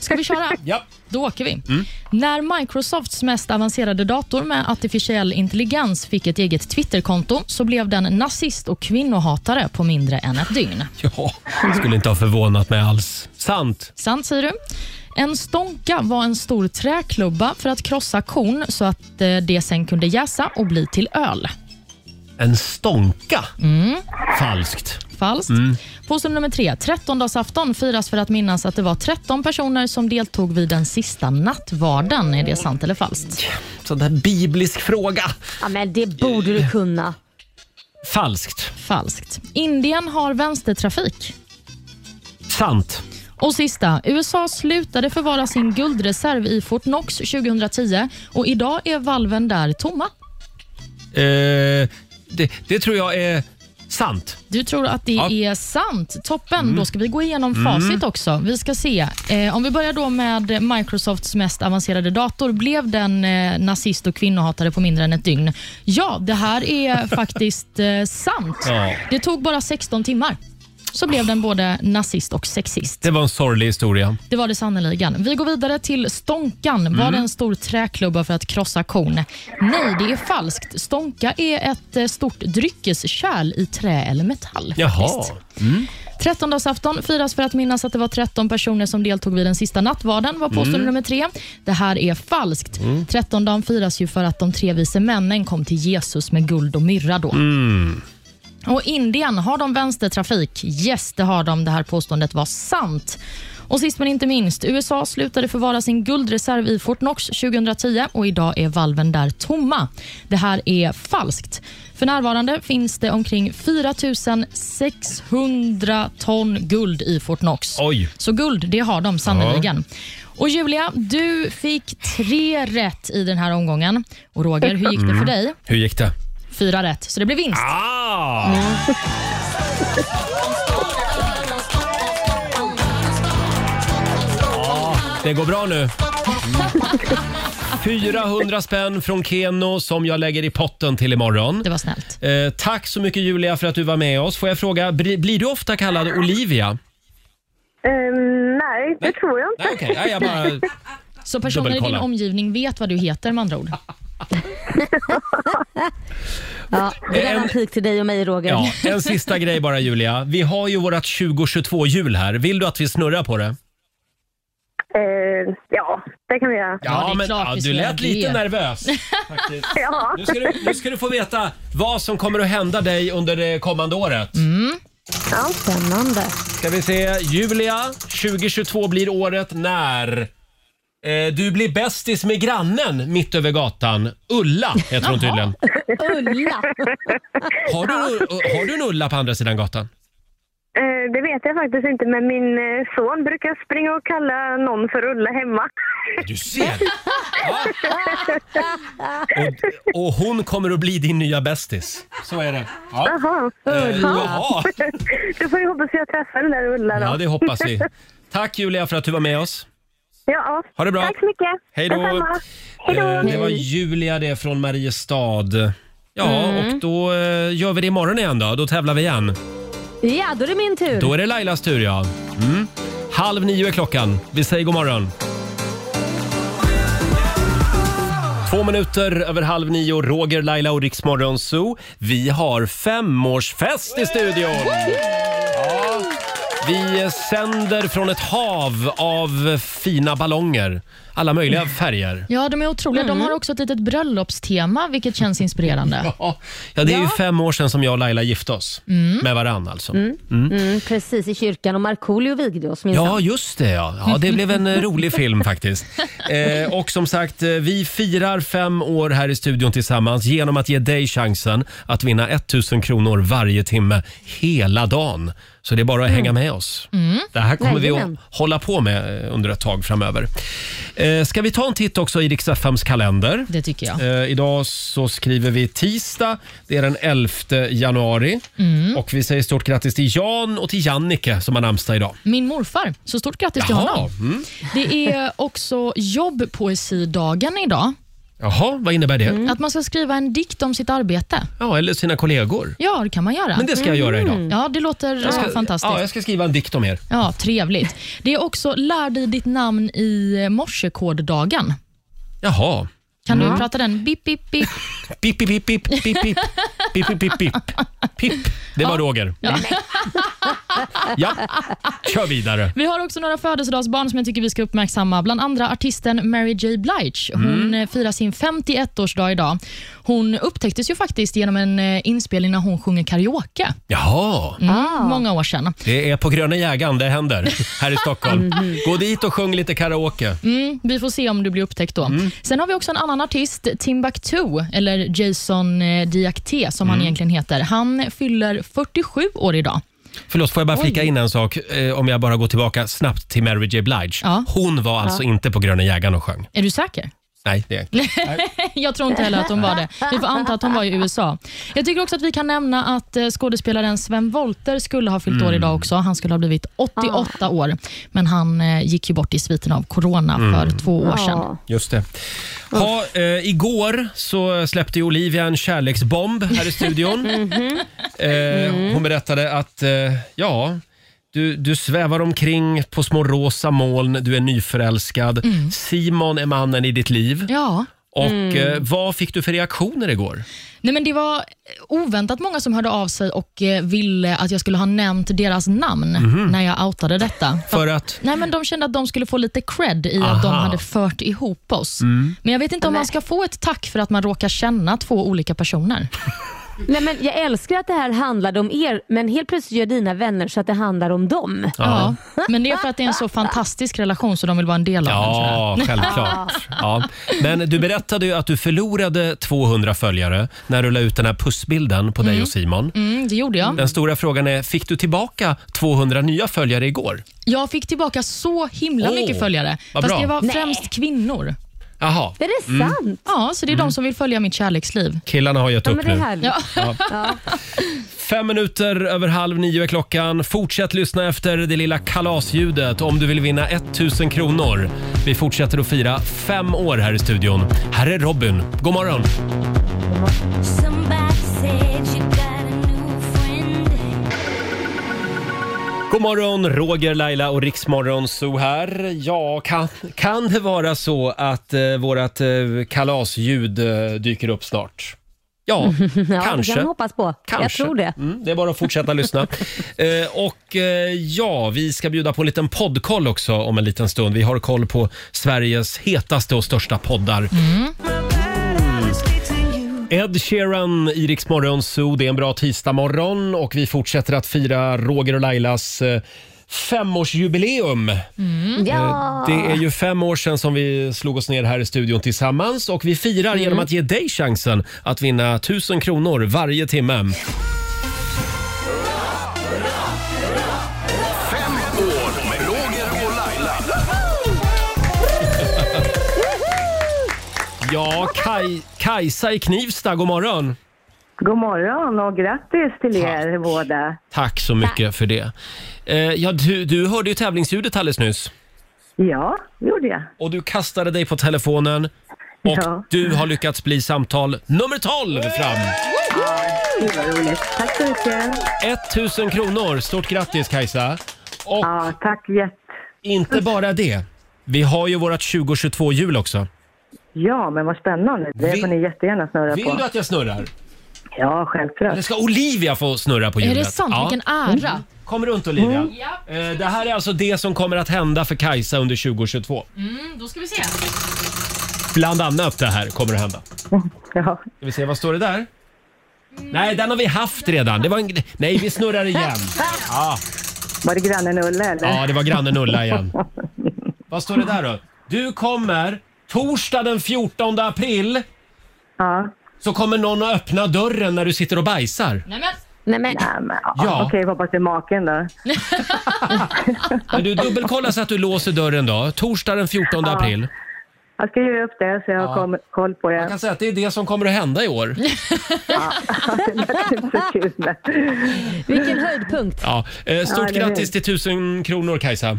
Ska vi köra? Ja. Då åker vi. Mm. När Microsofts mest avancerade dator med artificiell intelligens fick ett eget Twitterkonto så blev den nazist och kvinnohatare på mindre än ett dygn. Ja, skulle inte ha förvånat mig alls. Sant. Sant säger du. En stånka var en stor träklubba för att krossa korn så att eh, det sen kunde jäsa och bli till öl. En stånka. Mm. Falskt. Falskt. Mm. Påstående nummer tre. 13-dagsafton firas för att minnas att det var 13 personer som deltog vid den sista nattvarden. Är det sant eller falskt? Sån där biblisk fråga. Ja, men det borde du kunna. Falskt. Falskt. Indien har vänstertrafik. Sant. Och sista. USA slutade förvara sin guldreserv i Fort Knox 2010 och idag är valven där tomma. Eh, det, det tror jag är sant. Du tror att det Ja. är sant. Toppen. Mm. Då ska vi gå igenom Mm. facit också. Vi ska se. Eh, om vi börjar då med Microsofts mest avancerade dator. Blev den eh, nazist och kvinnohatare på mindre än ett dygn? Ja, det här är faktiskt eh, sant. Ja. Det tog bara 16 timmar. Så blev den både nazist och sexist. Det var en sorglig historia. Det var det sannerligen. Vi går vidare till Stonkan. Var Mm. det en stor träklubba för att krossa kon? Nej, det är falskt. Stonka är ett eh, stort dryckeskärl i trä eller metall. Jaha. faktiskt. Mm. Trettondagsafton firas för att minnas att det var 13 personer som deltog vid den sista nattvarden, var påstående Mm. nummer tre. Det här är falskt. Mm. Trettondagen firas ju för att de tre vise männen kom till Jesus med guld och myrra då. Mm. Och Indien, har de vänstertrafik? Yes, det har de. Det här påståendet var sant. Och sist men inte minst, USA slutade förvara sin guldreserv i Fort Knox 2010 och idag är valven där tomma. Det här är falskt. För närvarande finns det omkring 4 600 ton guld i Fort Knox. Oj. Så guld, det har de sannerligen. Och Julia, du fick tre rätt i den här omgången. Och Roger, hur gick det för Mm. dig? Hur gick det? Fyra rätt, så det blev vinst. Ah! Det går bra nu. 400 spänn från Keno som jag lägger i potten till imorgon. Det var snällt. Eh, tack så mycket Julia för att du var med oss. Får jag fråga, bli- blir du ofta kallad Olivia? Ehm, nej, det tror jag inte. Nej, okej. Nej, jag bara- Så personer i din Dubbelkolla. omgivning vet vad du heter med andra ord? Ja, det där var en pik till dig och mig Roger. Ja, en sista grej bara Julia. Vi har ju vårat 2022-hjul här. Vill du att vi snurrar på det? Ehm, ja, det kan vi göra. men ja, du lät lite nervös. Ja. Nu ska, du, nu ska du få veta vad som kommer att hända dig under det kommande året. Ja, spännande. Ska vi se, Julia, 2022 blir året när eh, du blir bästis med grannen mitt över gatan. Ulla heter hon tydligen. Ulla. Har du, har du en Ulla på andra sidan gatan? Eh, Det vet jag faktiskt inte, men min eh, son brukar springa och kalla någon för Ulla hemma. Du ser! Och, och hon kommer att bli din nya bästis. Så är det. Ja. Jaha. Eh, Jaha. jaha. Då får vi hoppas jag träffar den där Ulla då. Ja, det hoppas vi. Tack Julia för att du var med oss. Ja. Ha det bra. Tack så mycket. Hej då. Detsamma. Hej Eh, då. Det var Julia det från Mariestad. Ja, Mm. och då eh, gör vi det imorgon igen då. Då tävlar vi igen. Ja, då är det min tur. Då är det Lailas tur ja. Mm. Halv nio är klockan. Vi säger god morgon. Två minuter över halv nio, Roger, Laila och Rix Morgon Zoo. Vi har femårsfest i studion! Ja. Vi sänder från ett hav av fina ballonger. Alla möjliga färger. Ja, de är otroliga. De har också ett litet bröllopstema, vilket känns inspirerande. Mm. Ja, Ja, det är ju fem år sedan som jag och Laila gifte oss. Med varann alltså. Mm. Mm. Mm, precis, i kyrkan och Markoolio vigde oss minsann. Ja, just det. Ja. ja det blev en eh, rolig film faktiskt. Eh, och som sagt, eh, vi firar fem år här i studion tillsammans genom att ge dig chansen att vinna 1000 kronor varje timme hela dagen. Så det är bara att hänga med oss. Mm. Det här kommer vi Jajamän. att hålla på med eh, under ett tag framöver. Eh, ska vi ta en titt också i Rix FMs kalender? Det tycker jag. Eh, idag så skriver vi tisdag. Det är den 11 januari. Mm. Och vi säger stort grattis till Jan och till Jannike som har namnsdag idag. Min morfar, så stort grattis till honom. Mm. Det är också jobbpoesidagen idag. Jaha, vad innebär det? Att man ska skriva en dikt om sitt arbete. Ja, eller sina kollegor. Ja, det kan man göra. Mm. Men det ska jag göra idag. Ja, det låter Jag ska- eh, fantastiskt. Ja, jag ska skriva en dikt om er. Ja, trevligt. Det är också lär dig ditt namn i morsekoddagen. Jaha. Kan Mm. du prata den? Bip, bip, bip. Pip, pip, pip, pip, pip, pip. Pip, pip, pip, pip. Pip. Det var Roger. Mm. Ja. Ja, kör vidare. Vi har också några födelsedagsbarn som jag tycker vi ska uppmärksamma. Bland andra artisten Mary J Blige. Hon Mm. eh, firar sin 51-årsdag idag. Hon upptäcktes ju faktiskt genom en eh, inspelning när hon sjunger karaoke. Jaha. Mm, Många år sedan. Det är på Gröna jägaren det händer här i Stockholm. Mhm. Gå dit och sjung lite karaoke. Mm, vi får se om du blir upptäckt då. Sen har vi också en annan artist, Timbuktu, eller Jason eh, Diakité som han Mm. egentligen heter. Han fyller 47 år idag. Förlåt, får jag bara Oj. flika in en sak? Eh, om jag bara går tillbaka snabbt till Mary J Blige. Hon var alltså Ja. inte på Gröna jägaren och sjöng. Är du säker? Nej, det är jag tror inte heller att hon var det. Vi får anta att hon var i USA. Jag tycker också att vi kan nämna att eh, skådespelaren Sven Wollter skulle ha fyllt år Mm. idag också. Han skulle ha blivit 88 år, men han eh, gick ju bort i sviten av corona Mm. för två år sedan. Just det. Ha, eh, igår så släppte ju Olivia en kärleksbomb här i studion. Mhm. eh, hon berättade att, eh, ja, du, du svävar omkring på små rosa moln, du är nyförälskad. Simon är mannen i ditt liv. Ja. Och Mm. eh, vad fick du för reaktioner igår? Nej, men det var oväntat många som hörde av sig och eh, ville att jag skulle ha nämnt deras namn Mhm. när jag outade detta. För att? Nej, men de kände att de skulle få lite cred i att Aha. de hade fört ihop oss. Mm. Men jag vet inte om man ska få ett tack för att man råkar känna två olika personer. Nej, men jag älskar att det här handlade om er, men helt plötsligt gör dina vänner så att det handlar om dem. Ja. Men det är för att det är en så fantastisk relation så de vill vara en del av den. tror Ja, jag. självklart. Ja. Men du berättade ju att du förlorade 200 följare när du la ut den här pussbilden på dig och Simon. Mm, det gjorde jag. Den stora frågan är, fick du tillbaka 200 nya följare igår? Jag fick tillbaka så himla Åh, mycket följare. vad Fast bra. det var Nej. främst kvinnor. Jaha. Mm. Ja, så det är de som vill följa mitt kärleksliv. Killarna har gett upp nu. Ja. Ja. Fem minuter över halv nio är klockan. Fortsätt lyssna efter det lilla kalasljudet om du vill vinna 1000 kronor. Vi fortsätter att fira fem år här i studion. Här är Robin. God morgon! Somebody said you got a new friend. God morgon, Roger, Laila och Riksmorgon så här. Ja, kan, kan det vara så att eh, vårat eh, kalasljud eh, dyker upp snart? Ja, ja, kanske. Jag hoppas på. Jag Kanske. tror det. Mm, det är bara att fortsätta lyssna. Eh, och eh, ja, vi ska bjuda på en liten poddkoll också om en liten stund. Vi har koll på Sveriges hetaste och största Mm. poddar. Mm. Ed Sheeran, Iriks morgonzoo. Det är en bra tisdagmorgon och vi fortsätter att fira Roger och Lailas eh, femårsjubileum. Ja. Eh, Det är ju fem år sedan som vi slog oss ner här i studion tillsammans och vi firar genom att ge dig chansen att vinna 1000 kronor varje timme. Fem år med Roger och Laila. Ja, Kaj, Kajsa i Knivsta, god morgon. God morgon och grattis till er båda. Tack så mycket för det. Eh, ja, du, du hörde ju tävlingsljudet alldeles nyss. Ja, gjorde jag. Och du kastade dig på telefonen och Ja. du har lyckats bli samtal nummer 12 fram. Gud vad roligt. Tack så mycket. 1000 kronor. Stort grattis Kajsa. Och ja, tack jätte... Inte bara det. Vi har ju vårat 2022-hjul också. Ja, men vad spännande. Det Vill- får ni jättegärna snurra Vill på. du att jag snurrar? Ja, självklart. Eller ska Olivia få snurra på Är det hjulet? sant? Vilken ära. Kom runt Olivia. Mm. Eh, Det här är alltså det som kommer att hända för Kajsa under 2022. Mm, då ska vi se. Bland annat det här kommer att hända. Ja. Ska vi se, vad står det där? Nej, den har vi haft redan. Det var en... Nej, vi snurrar igen. Ja, Var det grannen Ulla eller? ja det var grannen Ulla igen. Vad står det där då? Du kommer torsdag den 14 april. Ja. Så kommer någon att öppna dörren när du sitter och bajsar. Nej men. Nej men. Mm. Nej, men ja. Ja. Okej, hoppas det är maken då. Men du dubbelkolla så att du låser dörren då. Torsdag den 14 Ja. april. Jag ska göra upp det så jag Ja. har kom, koll på det. Jag kan säga att det är det som kommer att hända i år. Vilken höjdpunkt. Ja. eh, Stort Ja, eller grattis till 1000 kronor Kajsa.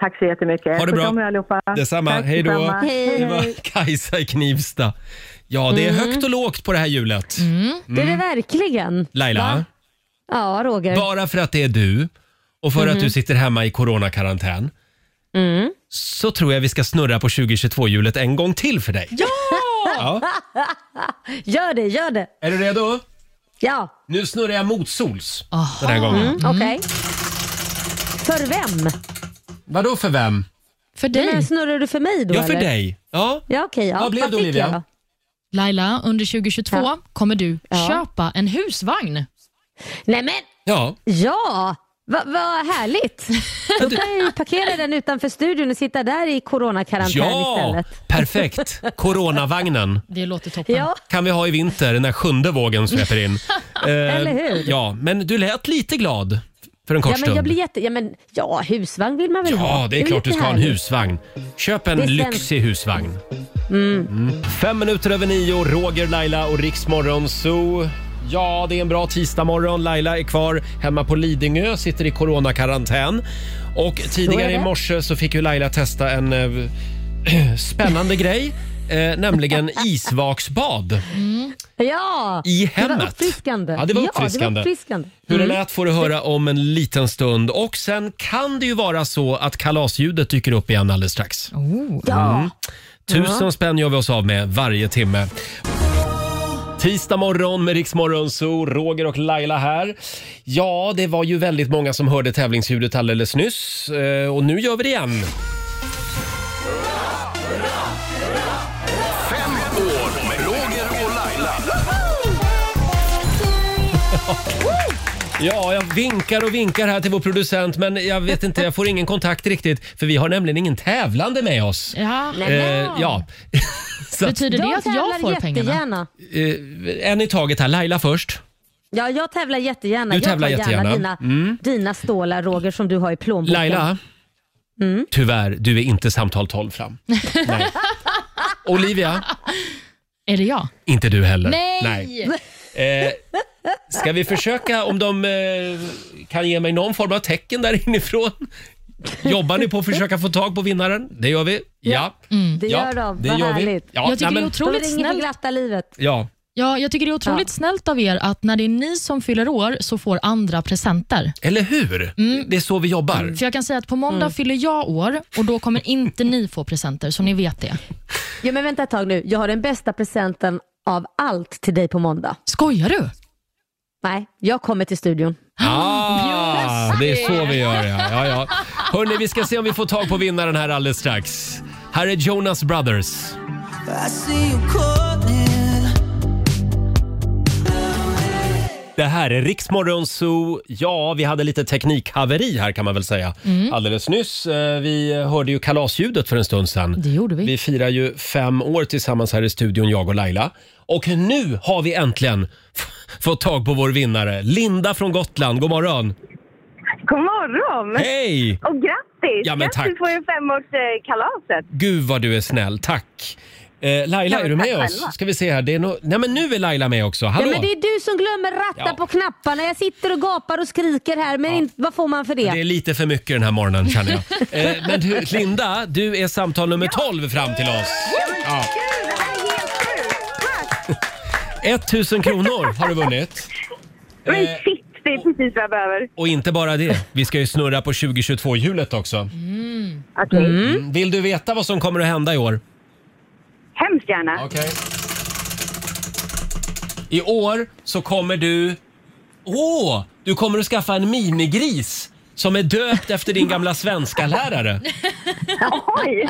Tack så jättemycket. Ha det bra. Puss om er allihopa. Detsamma. Tack Hej då. detsamma. Det Hej, hej. var Kajsa i Knivsta. Ja, det är Mm. högt och lågt på det här hjulet. Det är det Mm. verkligen. Laila, Ja, Roger. bara för att det är du och för att Mhm. du sitter hemma i coronakarantän Mm. så tror jag vi ska snurra på 2022-hjulet en gång till för dig. Ja. Gör det, gör det. Är du redo? Ja. Nu snurrar jag motsols den här gången. Mm, Okej. För vem? Vadå för vem? För dig. Men snurrar du för mig då Ja, för eller? dig. Ja. Ja, okej. ja. Vad blev det fick Olivia? jag då? Laila, under 2022 kommer du Ja. köpa en husvagn. Nej men, Ja. ja! Va- Vad härligt! Då kan jag ju parkera den utanför studion och sitta där i coronakarantän Ja, istället. perfekt. Coronavagnen. Det låter toppen. Ja, Kan vi ha i vinter när sjunde vågen sveper in. Eh, Eller hur? Ja, men du lät lite glad för en kort ja men stund. jag blir jätte... Ja, men, ja husvagn vill man väl ha? Ja, det är väl klart du lite ska ha en härligt. husvagn. Köp en Det känns- lyxig husvagn. Mm. Fem minuter över nio, Roger, Laila och Riksmorgon Zoo. Ja, det är en bra tisdagmorgon. Laila är kvar hemma på Lidingö, sitter i coronakarantän. Och tidigare är i det. morse så fick ju Laila testa en eh, spännande grej, eh, nämligen isvaksbad. Ja! I Det hemmet. var uppfriskande. Ja, det var uppfriskande. uppfriskande. Hur det Mm. lät får du höra om en liten stund. Och sen kan det ju vara så att kalasljudet dyker upp igen alldeles strax. Ja. Mm. Tusen Ja. spänn gör vi oss av med varje timme. Tisdag morgon med Riksmorgon så Roger och Laila här. Ja, det var ju väldigt många som hörde tävlingsljudet alldeles nyss. Eh, Och nu gör vi det igen. Fem år med Roger och Laila. Ja, jag vinkar och vinkar här till vår producent men jag vet inte, jag får ingen kontakt riktigt för vi har nämligen ingen tävlande med oss. Ja. Eh, ja. Så att- Betyder det att jag får pengarna? Jättegärna. Eh, en i taget här. Laila först. Ja, jag tävlar jättegärna. Du jag tävlar tar jättegärna. Gärna dina, Mm. dina stålar, Roger, som du har i plånboken. Laila, tyvärr, du är inte samtal 12 fram. Nej. Olivia, Är det jag? inte du heller. Nej! Eh, Ska vi försöka om de eh, kan ge mig någon form av tecken där inifrån? Jobbar ni på att försöka få tag på vinnaren? Det gör vi. Ja. Det Mm. Ja, gör de. det Vad gör vi. härligt. Ja, Jag tycker nej, det är men- otroligt De ringer för snällt. glatta livet. Ja. Ja, jag tycker det är otroligt snällt av er att när det är ni som fyller år så får andra presenter. Eller hur? Det är så vi jobbar. För jag kan säga att på Mm. måndag fyller jag år och då kommer inte ni få presenter, så ni vet det. Ja, men vänta ett tag nu. Jag har den bästa presenten av allt till dig på måndag. Skojar du? Nej, jag kommer till studion. Ah, det är så vi gör ja. ja, ja. Hörni, vi ska se om vi får tag på vinnaren här alldeles strax. Här är Jonas Brothers. I see you calling. Det här är Riksmorgon Zoo. Ja, vi hade lite teknikhaveri här kan man väl säga Mm. alldeles nyss. Eh, Vi hörde ju kalasljudet för en stund sedan. Det gjorde vi. Vi firar ju fem år tillsammans här i studion, jag och Laila. Och nu har vi äntligen f- fått tag på vår vinnare, Linda från Gotland. God morgon! God morgon! Hej! Och grattis! Ja, men grattis tack. på er femårskalaset. Gud vad du är snäll, tack! Eh, Laila, Ja, är du med tack oss? själva. Ska vi se här. Det är no... Nej, men nu är Laila med också. Hallå! Nej, men det är du som glömmer ratta på knapparna. Jag sitter och gapar och skriker här, men inte, vad får man för det? Det är lite för mycket den här morgonen känner jag. Eh, men du, Linda, du är samtal nummer 12 fram till oss. Ja. 1000 kronor har du vunnit. Men Eh, shit, det är precis vad jag behöver. och inte bara det, vi ska ju snurra på 2022-hjulet också. Okej. Mm. Vill du veta vad som kommer att hända i år? Hemskt gärna. I år så kommer du... Åh! Du kommer att skaffa en minigris som är döpt efter din gamla svenska lärare. Oj!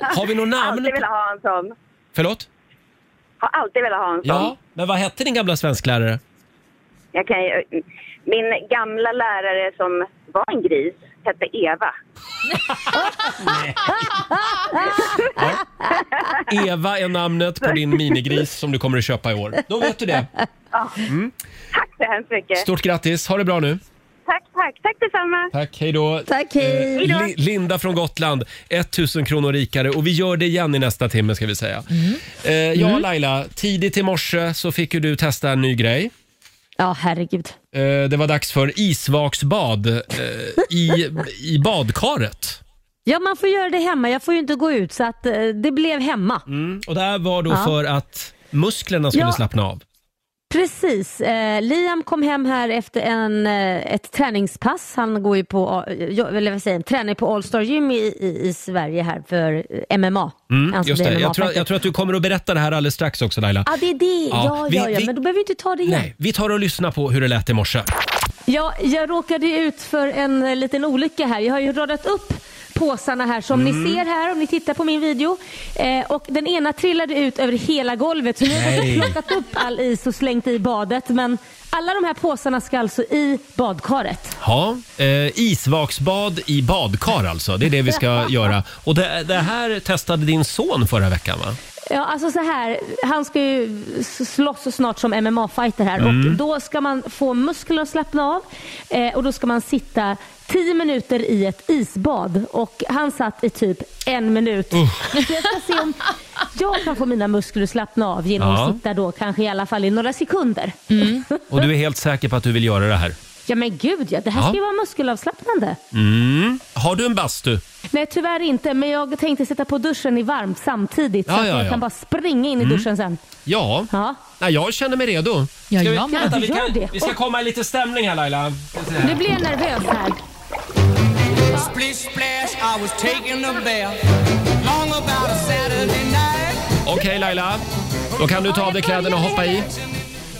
Har vi något namn? Alltid velat ha en sån. Förlåt? Har alltid velat ha en sån. Ja, men vad hette din gamla svensklärare? Jag kan ju, min gamla lärare som var en gris hette Eva. Eva är namnet på din minigris som du kommer att köpa i år. Då vet du det. Ja. Mm. Tack så hemskt mycket. Stort grattis, ha det bra nu. Tack, tack. Tack detsamma. Tack, hej då. Tack, hej. Eh, Hej då. Li- Linda från Gotland, 1000 kronor rikare och vi gör det igen i nästa timme ska vi säga. Eh, ja, Mm. Laila, tidigt i morse så fick ju du testa en ny grej. Ja, herregud. Eh, det var dags för isvaksbad eh, i, i badkaret. Ja, man får göra det hemma. Jag får ju inte gå ut, så att, eh, det blev hemma. Och det här var då Ja. för att musklerna skulle Ja. slappna av. Precis. Eh, Liam kom hem här efter en, eh, ett träningspass. Han går ju på, eh, ja, eller vad säger, jag, tränar på All Star Gym i, i, i Sverige här för eh, MMA. Mm, Alltså, just är det. Jag, MMA tror, -fighter. jag tror att du kommer att berätta det här alldeles strax också Laila. Ja, det är det. Ja, Ja, ja, vi- ja, vi- men då behöver vi inte ta det igen. Nej, vi tar och lyssnar på hur det lät i morse. Ja, jag råkade ju ut för en eh, liten olycka här. Jag har ju radat upp påsarna här som Mm. ni ser här om ni tittar på min video. Eh, och den ena trillade ut över hela golvet så nu har jag gått Nej. och plockat upp all is och slängt i badet. Men alla de här påsarna ska alltså i badkaret. Ja, eh, isvaksbad i badkar alltså. Det är det vi ska göra. Och det, det här testade din son förra veckan va? Ja, alltså så här, han ska ju s- slåss så snart som MMA-fighter här Mm. och då ska man få musklerna att slappna av eh, och då ska man sitta 10 minuter i ett isbad och han satt i typ en minut. Så jag ska se om jag kan få mina muskler att slappna av genom Ja. att sitta då kanske i alla fall i några sekunder. Och du är helt säker på att du vill göra det här? Ja men gud ja, det här ska ju Ja. vara muskelavslappnande. Mm. Har du en bastu? Nej tyvärr inte, men jag tänkte sätta på duschen i varmt samtidigt Ja, så att ja, jag ja. kan bara springa in i Mm. duschen sen. Ja. Nej, jag känner mig redo. Ja, vi, jag med. vänta, vi, Gör kan, det. vi ska komma i lite stämning här Laila. Ska vi se här. Nu blir jag nervös här. Splish splash, I was taking a bath. Long about a Saturday night. Okej Laila, då kan du ta av dig kläderna och hoppa i.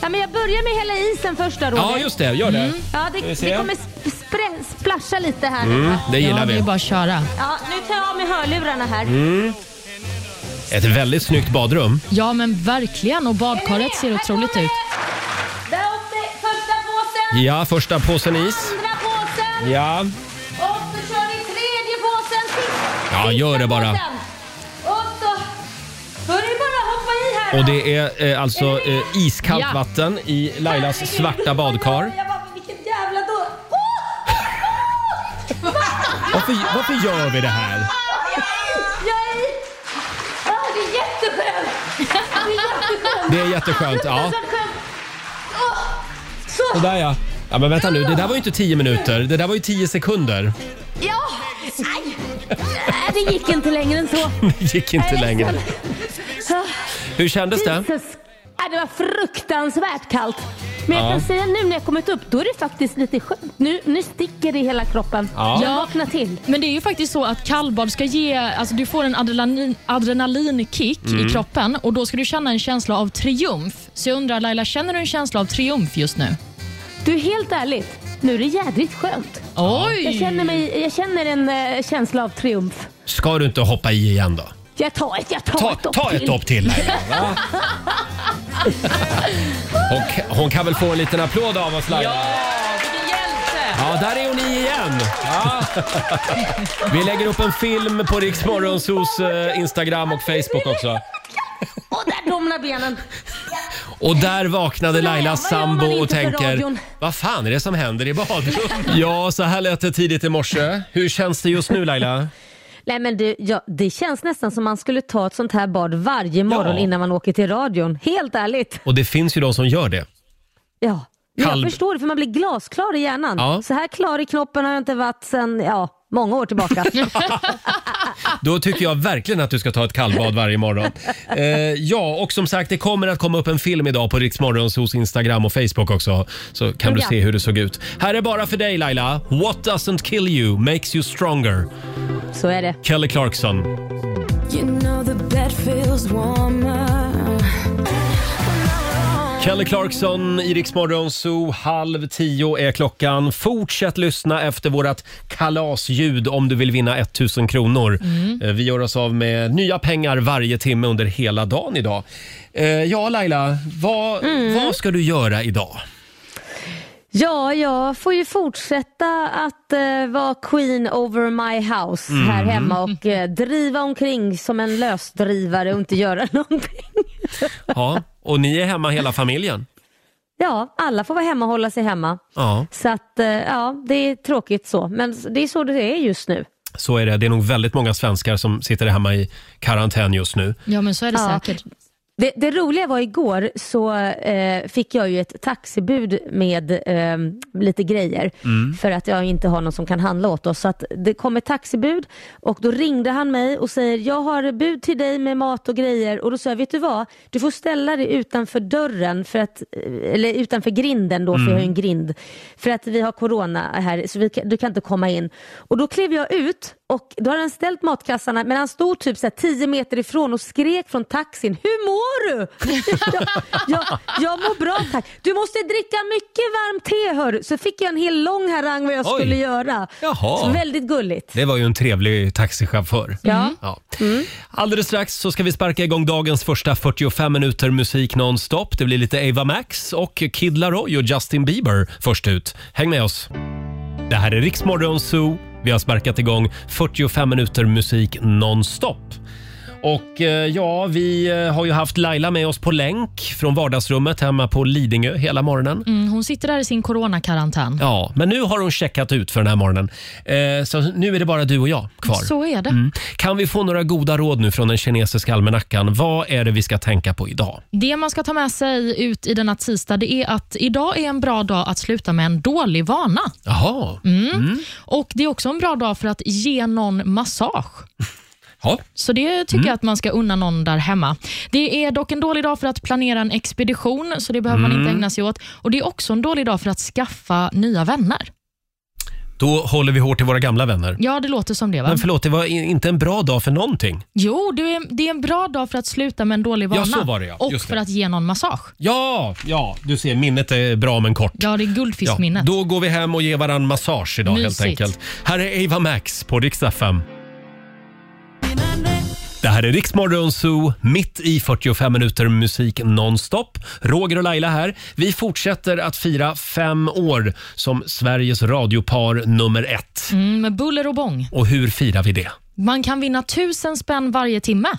Ja, men jag börjar med hela isen först då, Roger. Mm. Ja, just det. Gör det. Ja, Ska det, vi se. det kommer sp- spre- splasha lite här. Mm, det gillar Ja, vi. det är bara att köra. Ja, nu tar jag av mig hörlurarna här. Mm. Ett väldigt snyggt badrum. Ja, men verkligen. Och badkaret ser otroligt ut. Där uppe, första påsen, Ja, första påsen is. andra påsen Ja, och så kör vi tredje påsen, sista ja gör det bara. påsen. Och så, då är det bara att hoppa i här. Och det är eh, alltså eh, iskallt Ja. vatten i Lailas svarta badkar. Jag bara, vilken jävla då... Varför, varför gör vi det här? Jag är... Ja, det är jätteskönt! Det är jätteskönt. Det är jätteskönt, ja. Fruktansvärt skönt. Åh, Sådär ja. Ja men vänta nu, det där var ju inte 10 minuter. Det där var ju 10 sekunder. Ja! Nej! Nej, Äh, Det gick inte längre än så. Det gick inte längre. Hur kändes det? Jesus. Nej, äh, det var fruktansvärt kallt. Men jag Ja. kan säga nu när jag kommit upp, då är det faktiskt lite skönt. Nu, nu sticker det i hela kroppen. Ja. Jag vaknar till. Men det är ju faktiskt så att kallbad ska ge, alltså du får en adrenalin, adrenalinkick Mm. i kroppen och då ska du känna en känsla av triumf. Så jag undrar Laila, känner du en känsla av triumf just nu? Du, helt ärligt, nu är det jädrigt skönt. Oj! Jag känner, mig, jag känner en eh, känsla av triumf. Ska du inte hoppa i igen då? Jag tar ett, jag tar Ta, ett dopp ta ett till. dopp till Laila. va? Och hon kan väl få en liten applåd av oss Laila? Ja, där är hon i igen. Ja. Vi lägger upp en film på Rix Morgonzos eh, Instagram och Facebook också. Och där domnar benen. Och där vaknade Laila sambo inte och för tänker, radion? vad fan är det som händer i badrummet? Ja, så här lät det tidigt i morse. Hur känns det just nu Laila? Nej men det, ja, det känns nästan som man skulle ta ett sånt här bad varje morgon Ja. innan man åker till radion. Helt ärligt. Och det finns ju de som gör det. Ja. Men Kalv. jag förstår det för man blir glasklar i hjärnan. Ja. Så här klar i knoppen har jag inte varit sedan ja, många år tillbaka. Då tycker jag verkligen att du ska ta ett kallbad varje morgon. Eh, ja, och som sagt, det kommer att komma upp en film idag på Rix Morgonzos Instagram och Facebook också. Så kan du Ja. se hur det såg ut. Här är bara för dig Laila. What doesn't kill you makes you stronger. Så är det. Kelly Clarkson. You know the bed feels warmer. Kelly Clarkson i Rix Morgonzoo. Halv tio är klockan. Fortsätt lyssna efter vårt kalasljud om du vill vinna 1000 kronor. Mm. Eh, Vi gör oss av med nya pengar varje timme under hela dagen idag. Eh, Ja, Laila, vad, vad ska du göra idag? Ja, jag får ju fortsätta att eh, vara queen over my house Mm. här hemma och eh, driva omkring som en lösdrivare och inte göra någonting. Ja, och ni är hemma hela familjen? Ja, alla får vara hemma och hålla sig hemma. Ja, Så att, eh, ja, det är tråkigt så, men det är så det är just nu. så är det. Det är nog väldigt många svenskar som sitter hemma i karantän just nu. Ja, men så är det säkert. Det, det roliga var igår så eh, fick jag ju ett taxibud med eh, lite grejer Mm. för att jag inte har någon som kan handla åt oss. Så att det kom ett taxibud och då ringde han mig och säger jag har bud till dig med mat och grejer och då sa jag vet du vad, du får ställa dig utanför dörren för att, eh, eller utanför grinden då för Mm. jag har ju en grind för att vi har corona här så vi, kan- du kan inte komma in. Och då klev jag ut och då hade han ställt matkassarna men han stod typ så här 10 meter ifrån och skrek från taxin Hur mår du? jag, jag, jag mår bra tack. Du måste dricka mycket varmt te hör. Så fick jag en hel lång harang vad jag Oj. skulle göra. Jaha. Så väldigt gulligt. Det Mm. var ju en trevlig taxichaufför. Ja. Ja. Alldeles strax så ska vi sparka igång dagens första 45 minuter musik nonstop. Det blir lite Ava Max och Kid Laroi och Justin Bieber först ut. Häng med oss. Det här är Riksmorgon Zoo. Vi har sparkat igång 45 minuter musik nonstop. Och eh, ja, vi eh, har ju haft Laila med oss på länk från vardagsrummet hemma på Lidingö hela morgonen. Mm, hon sitter där i sin coronakarantän. Ja, men nu har hon checkat ut för den här morgonen. Eh, så nu är det bara du och jag kvar. Så är det. Mm. Kan vi få några goda råd nu från den kinesiska almanackan? Vad är det vi ska tänka på idag? Det man ska ta med sig ut i denna tisdag det är att idag är en bra dag att sluta med en dålig vana. Jaha. Mm. Och Det är också en bra dag för att ge någon massage. Ja. Så det tycker Mm. jag att man ska unna någon där hemma. Det är dock en dålig dag för att planera en expedition, så det behöver man Mm. inte ägna sig åt. Och Det är också en dålig dag för att skaffa nya vänner. Då håller vi hårt till våra gamla vänner. Ja, det låter som det va? Men förlåt, det var i- inte en bra dag för någonting. Jo, det är, det är en bra dag för att sluta med en dålig Ja, vana. så var det, ja. Och Just det. för att ge någon massage. Ja, ja, du ser, minnet är bra men kort. Ja, det är guldfiskminnet. då går vi hem och ger varann massage idag Mysigt. helt enkelt. Här är Ava Max på riksdag 5. Det här är Riksmorgon Zoo, mitt i 45 minuter musik nonstop. Roger och Laila här. Vi fortsätter att fira fem år som Sveriges radiopar nummer ett. Mm, med buller och bång. Och hur firar vi det? Man kan vinna tusen spänn varje timme.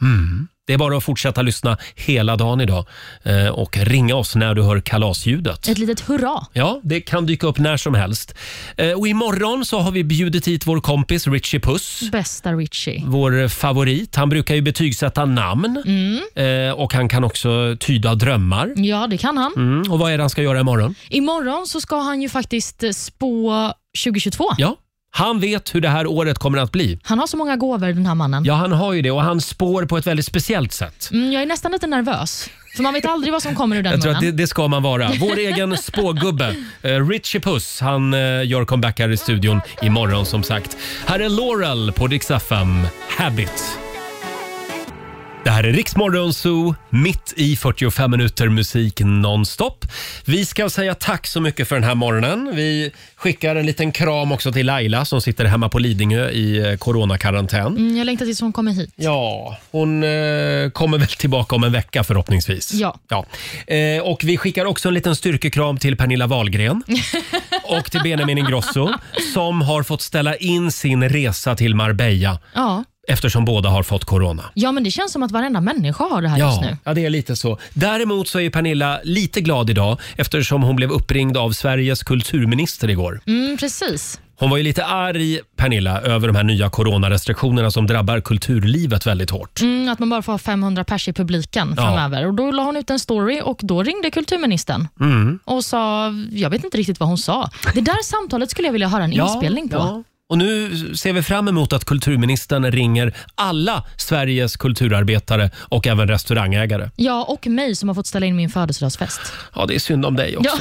Det är bara att fortsätta lyssna hela dagen idag eh, och ringa oss när du hör kalasljudet. Ett litet hurra. Ja, det kan dyka upp när som helst. Eh, Och imorgon så har vi bjudit hit vår kompis Richie Puss. Bästa Richie. Vår favorit. Han brukar ju betygsätta namn eh, och han kan också tyda drömmar. Ja, det kan han. Mm. Och vad är det han ska göra imorgon? Imorgon så ska han ju faktiskt eh, spå 2022. Ja, han vet hur det här året kommer att bli. Han har så många gåvor den här mannen. Ja, han har ju det och han spår på ett väldigt speciellt sätt. Mm, jag är nästan lite nervös, för man vet aldrig vad som kommer ur den Jag tror att det, munnen. det ska man vara. Vår egen spågubbe, eh, Richie Puss, han eh, gör comeback här i studion imorgon som sagt. Här är Laurel på Dix FM, Habit. Det här är Riksmorgon Zoo, mitt i 45 minuter musik nonstop. Vi ska säga tack så mycket för den här morgonen. Vi skickar en liten kram också till Laila som sitter hemma på Lidingö i eh, coronakarantän. Mm, jag längtar tills hon kommer hit. Ja, hon eh, kommer väl tillbaka om en vecka förhoppningsvis. Ja. Eh, och vi skickar också en liten styrkekram till Pernilla Wahlgren och till Benjamin Ingrosso som har fått ställa in sin resa till Marbella Ja. eftersom båda har fått corona. ja, men det känns som att varenda människa har det här just Ja, nu. ja, det är lite så. Däremot så är Pernilla lite glad idag eftersom hon blev uppringd av Sveriges kulturminister igår. Mm, precis. Hon var ju lite arg, Pernilla, över de här nya coronarestriktionerna som drabbar kulturlivet väldigt hårt. Mm, att man bara får ha 500 pers i publiken Ja. framöver. Och Då la hon ut en story och då ringde kulturministern Mm. och sa, jag vet inte riktigt vad hon sa. Det där samtalet skulle jag vilja höra en Ja, inspelning på. ja. Och nu ser vi fram emot att kulturministern ringer alla Sveriges kulturarbetare och även restaurangägare. Ja, och mig som har fått ställa in min födelsedagsfest. Ja, det är synd om dig också.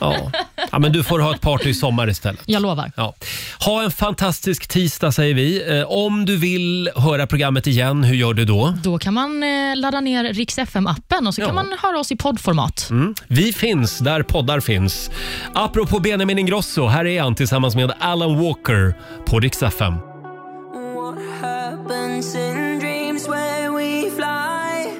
Ja. Ja. Ja, men du får ha ett party i sommar istället. Jag lovar. Ja. Ha en fantastisk tisdag säger vi. Eh, Om du vill höra programmet igen, hur gör du då? Då kan man eh, ladda ner Rix FM-appen och så kan man höra oss i poddformat. Mm. Vi finns där poddar finns. Apropå Benjamin Ingrosso, här är han tillsammans med Alan Walker på Rix FM.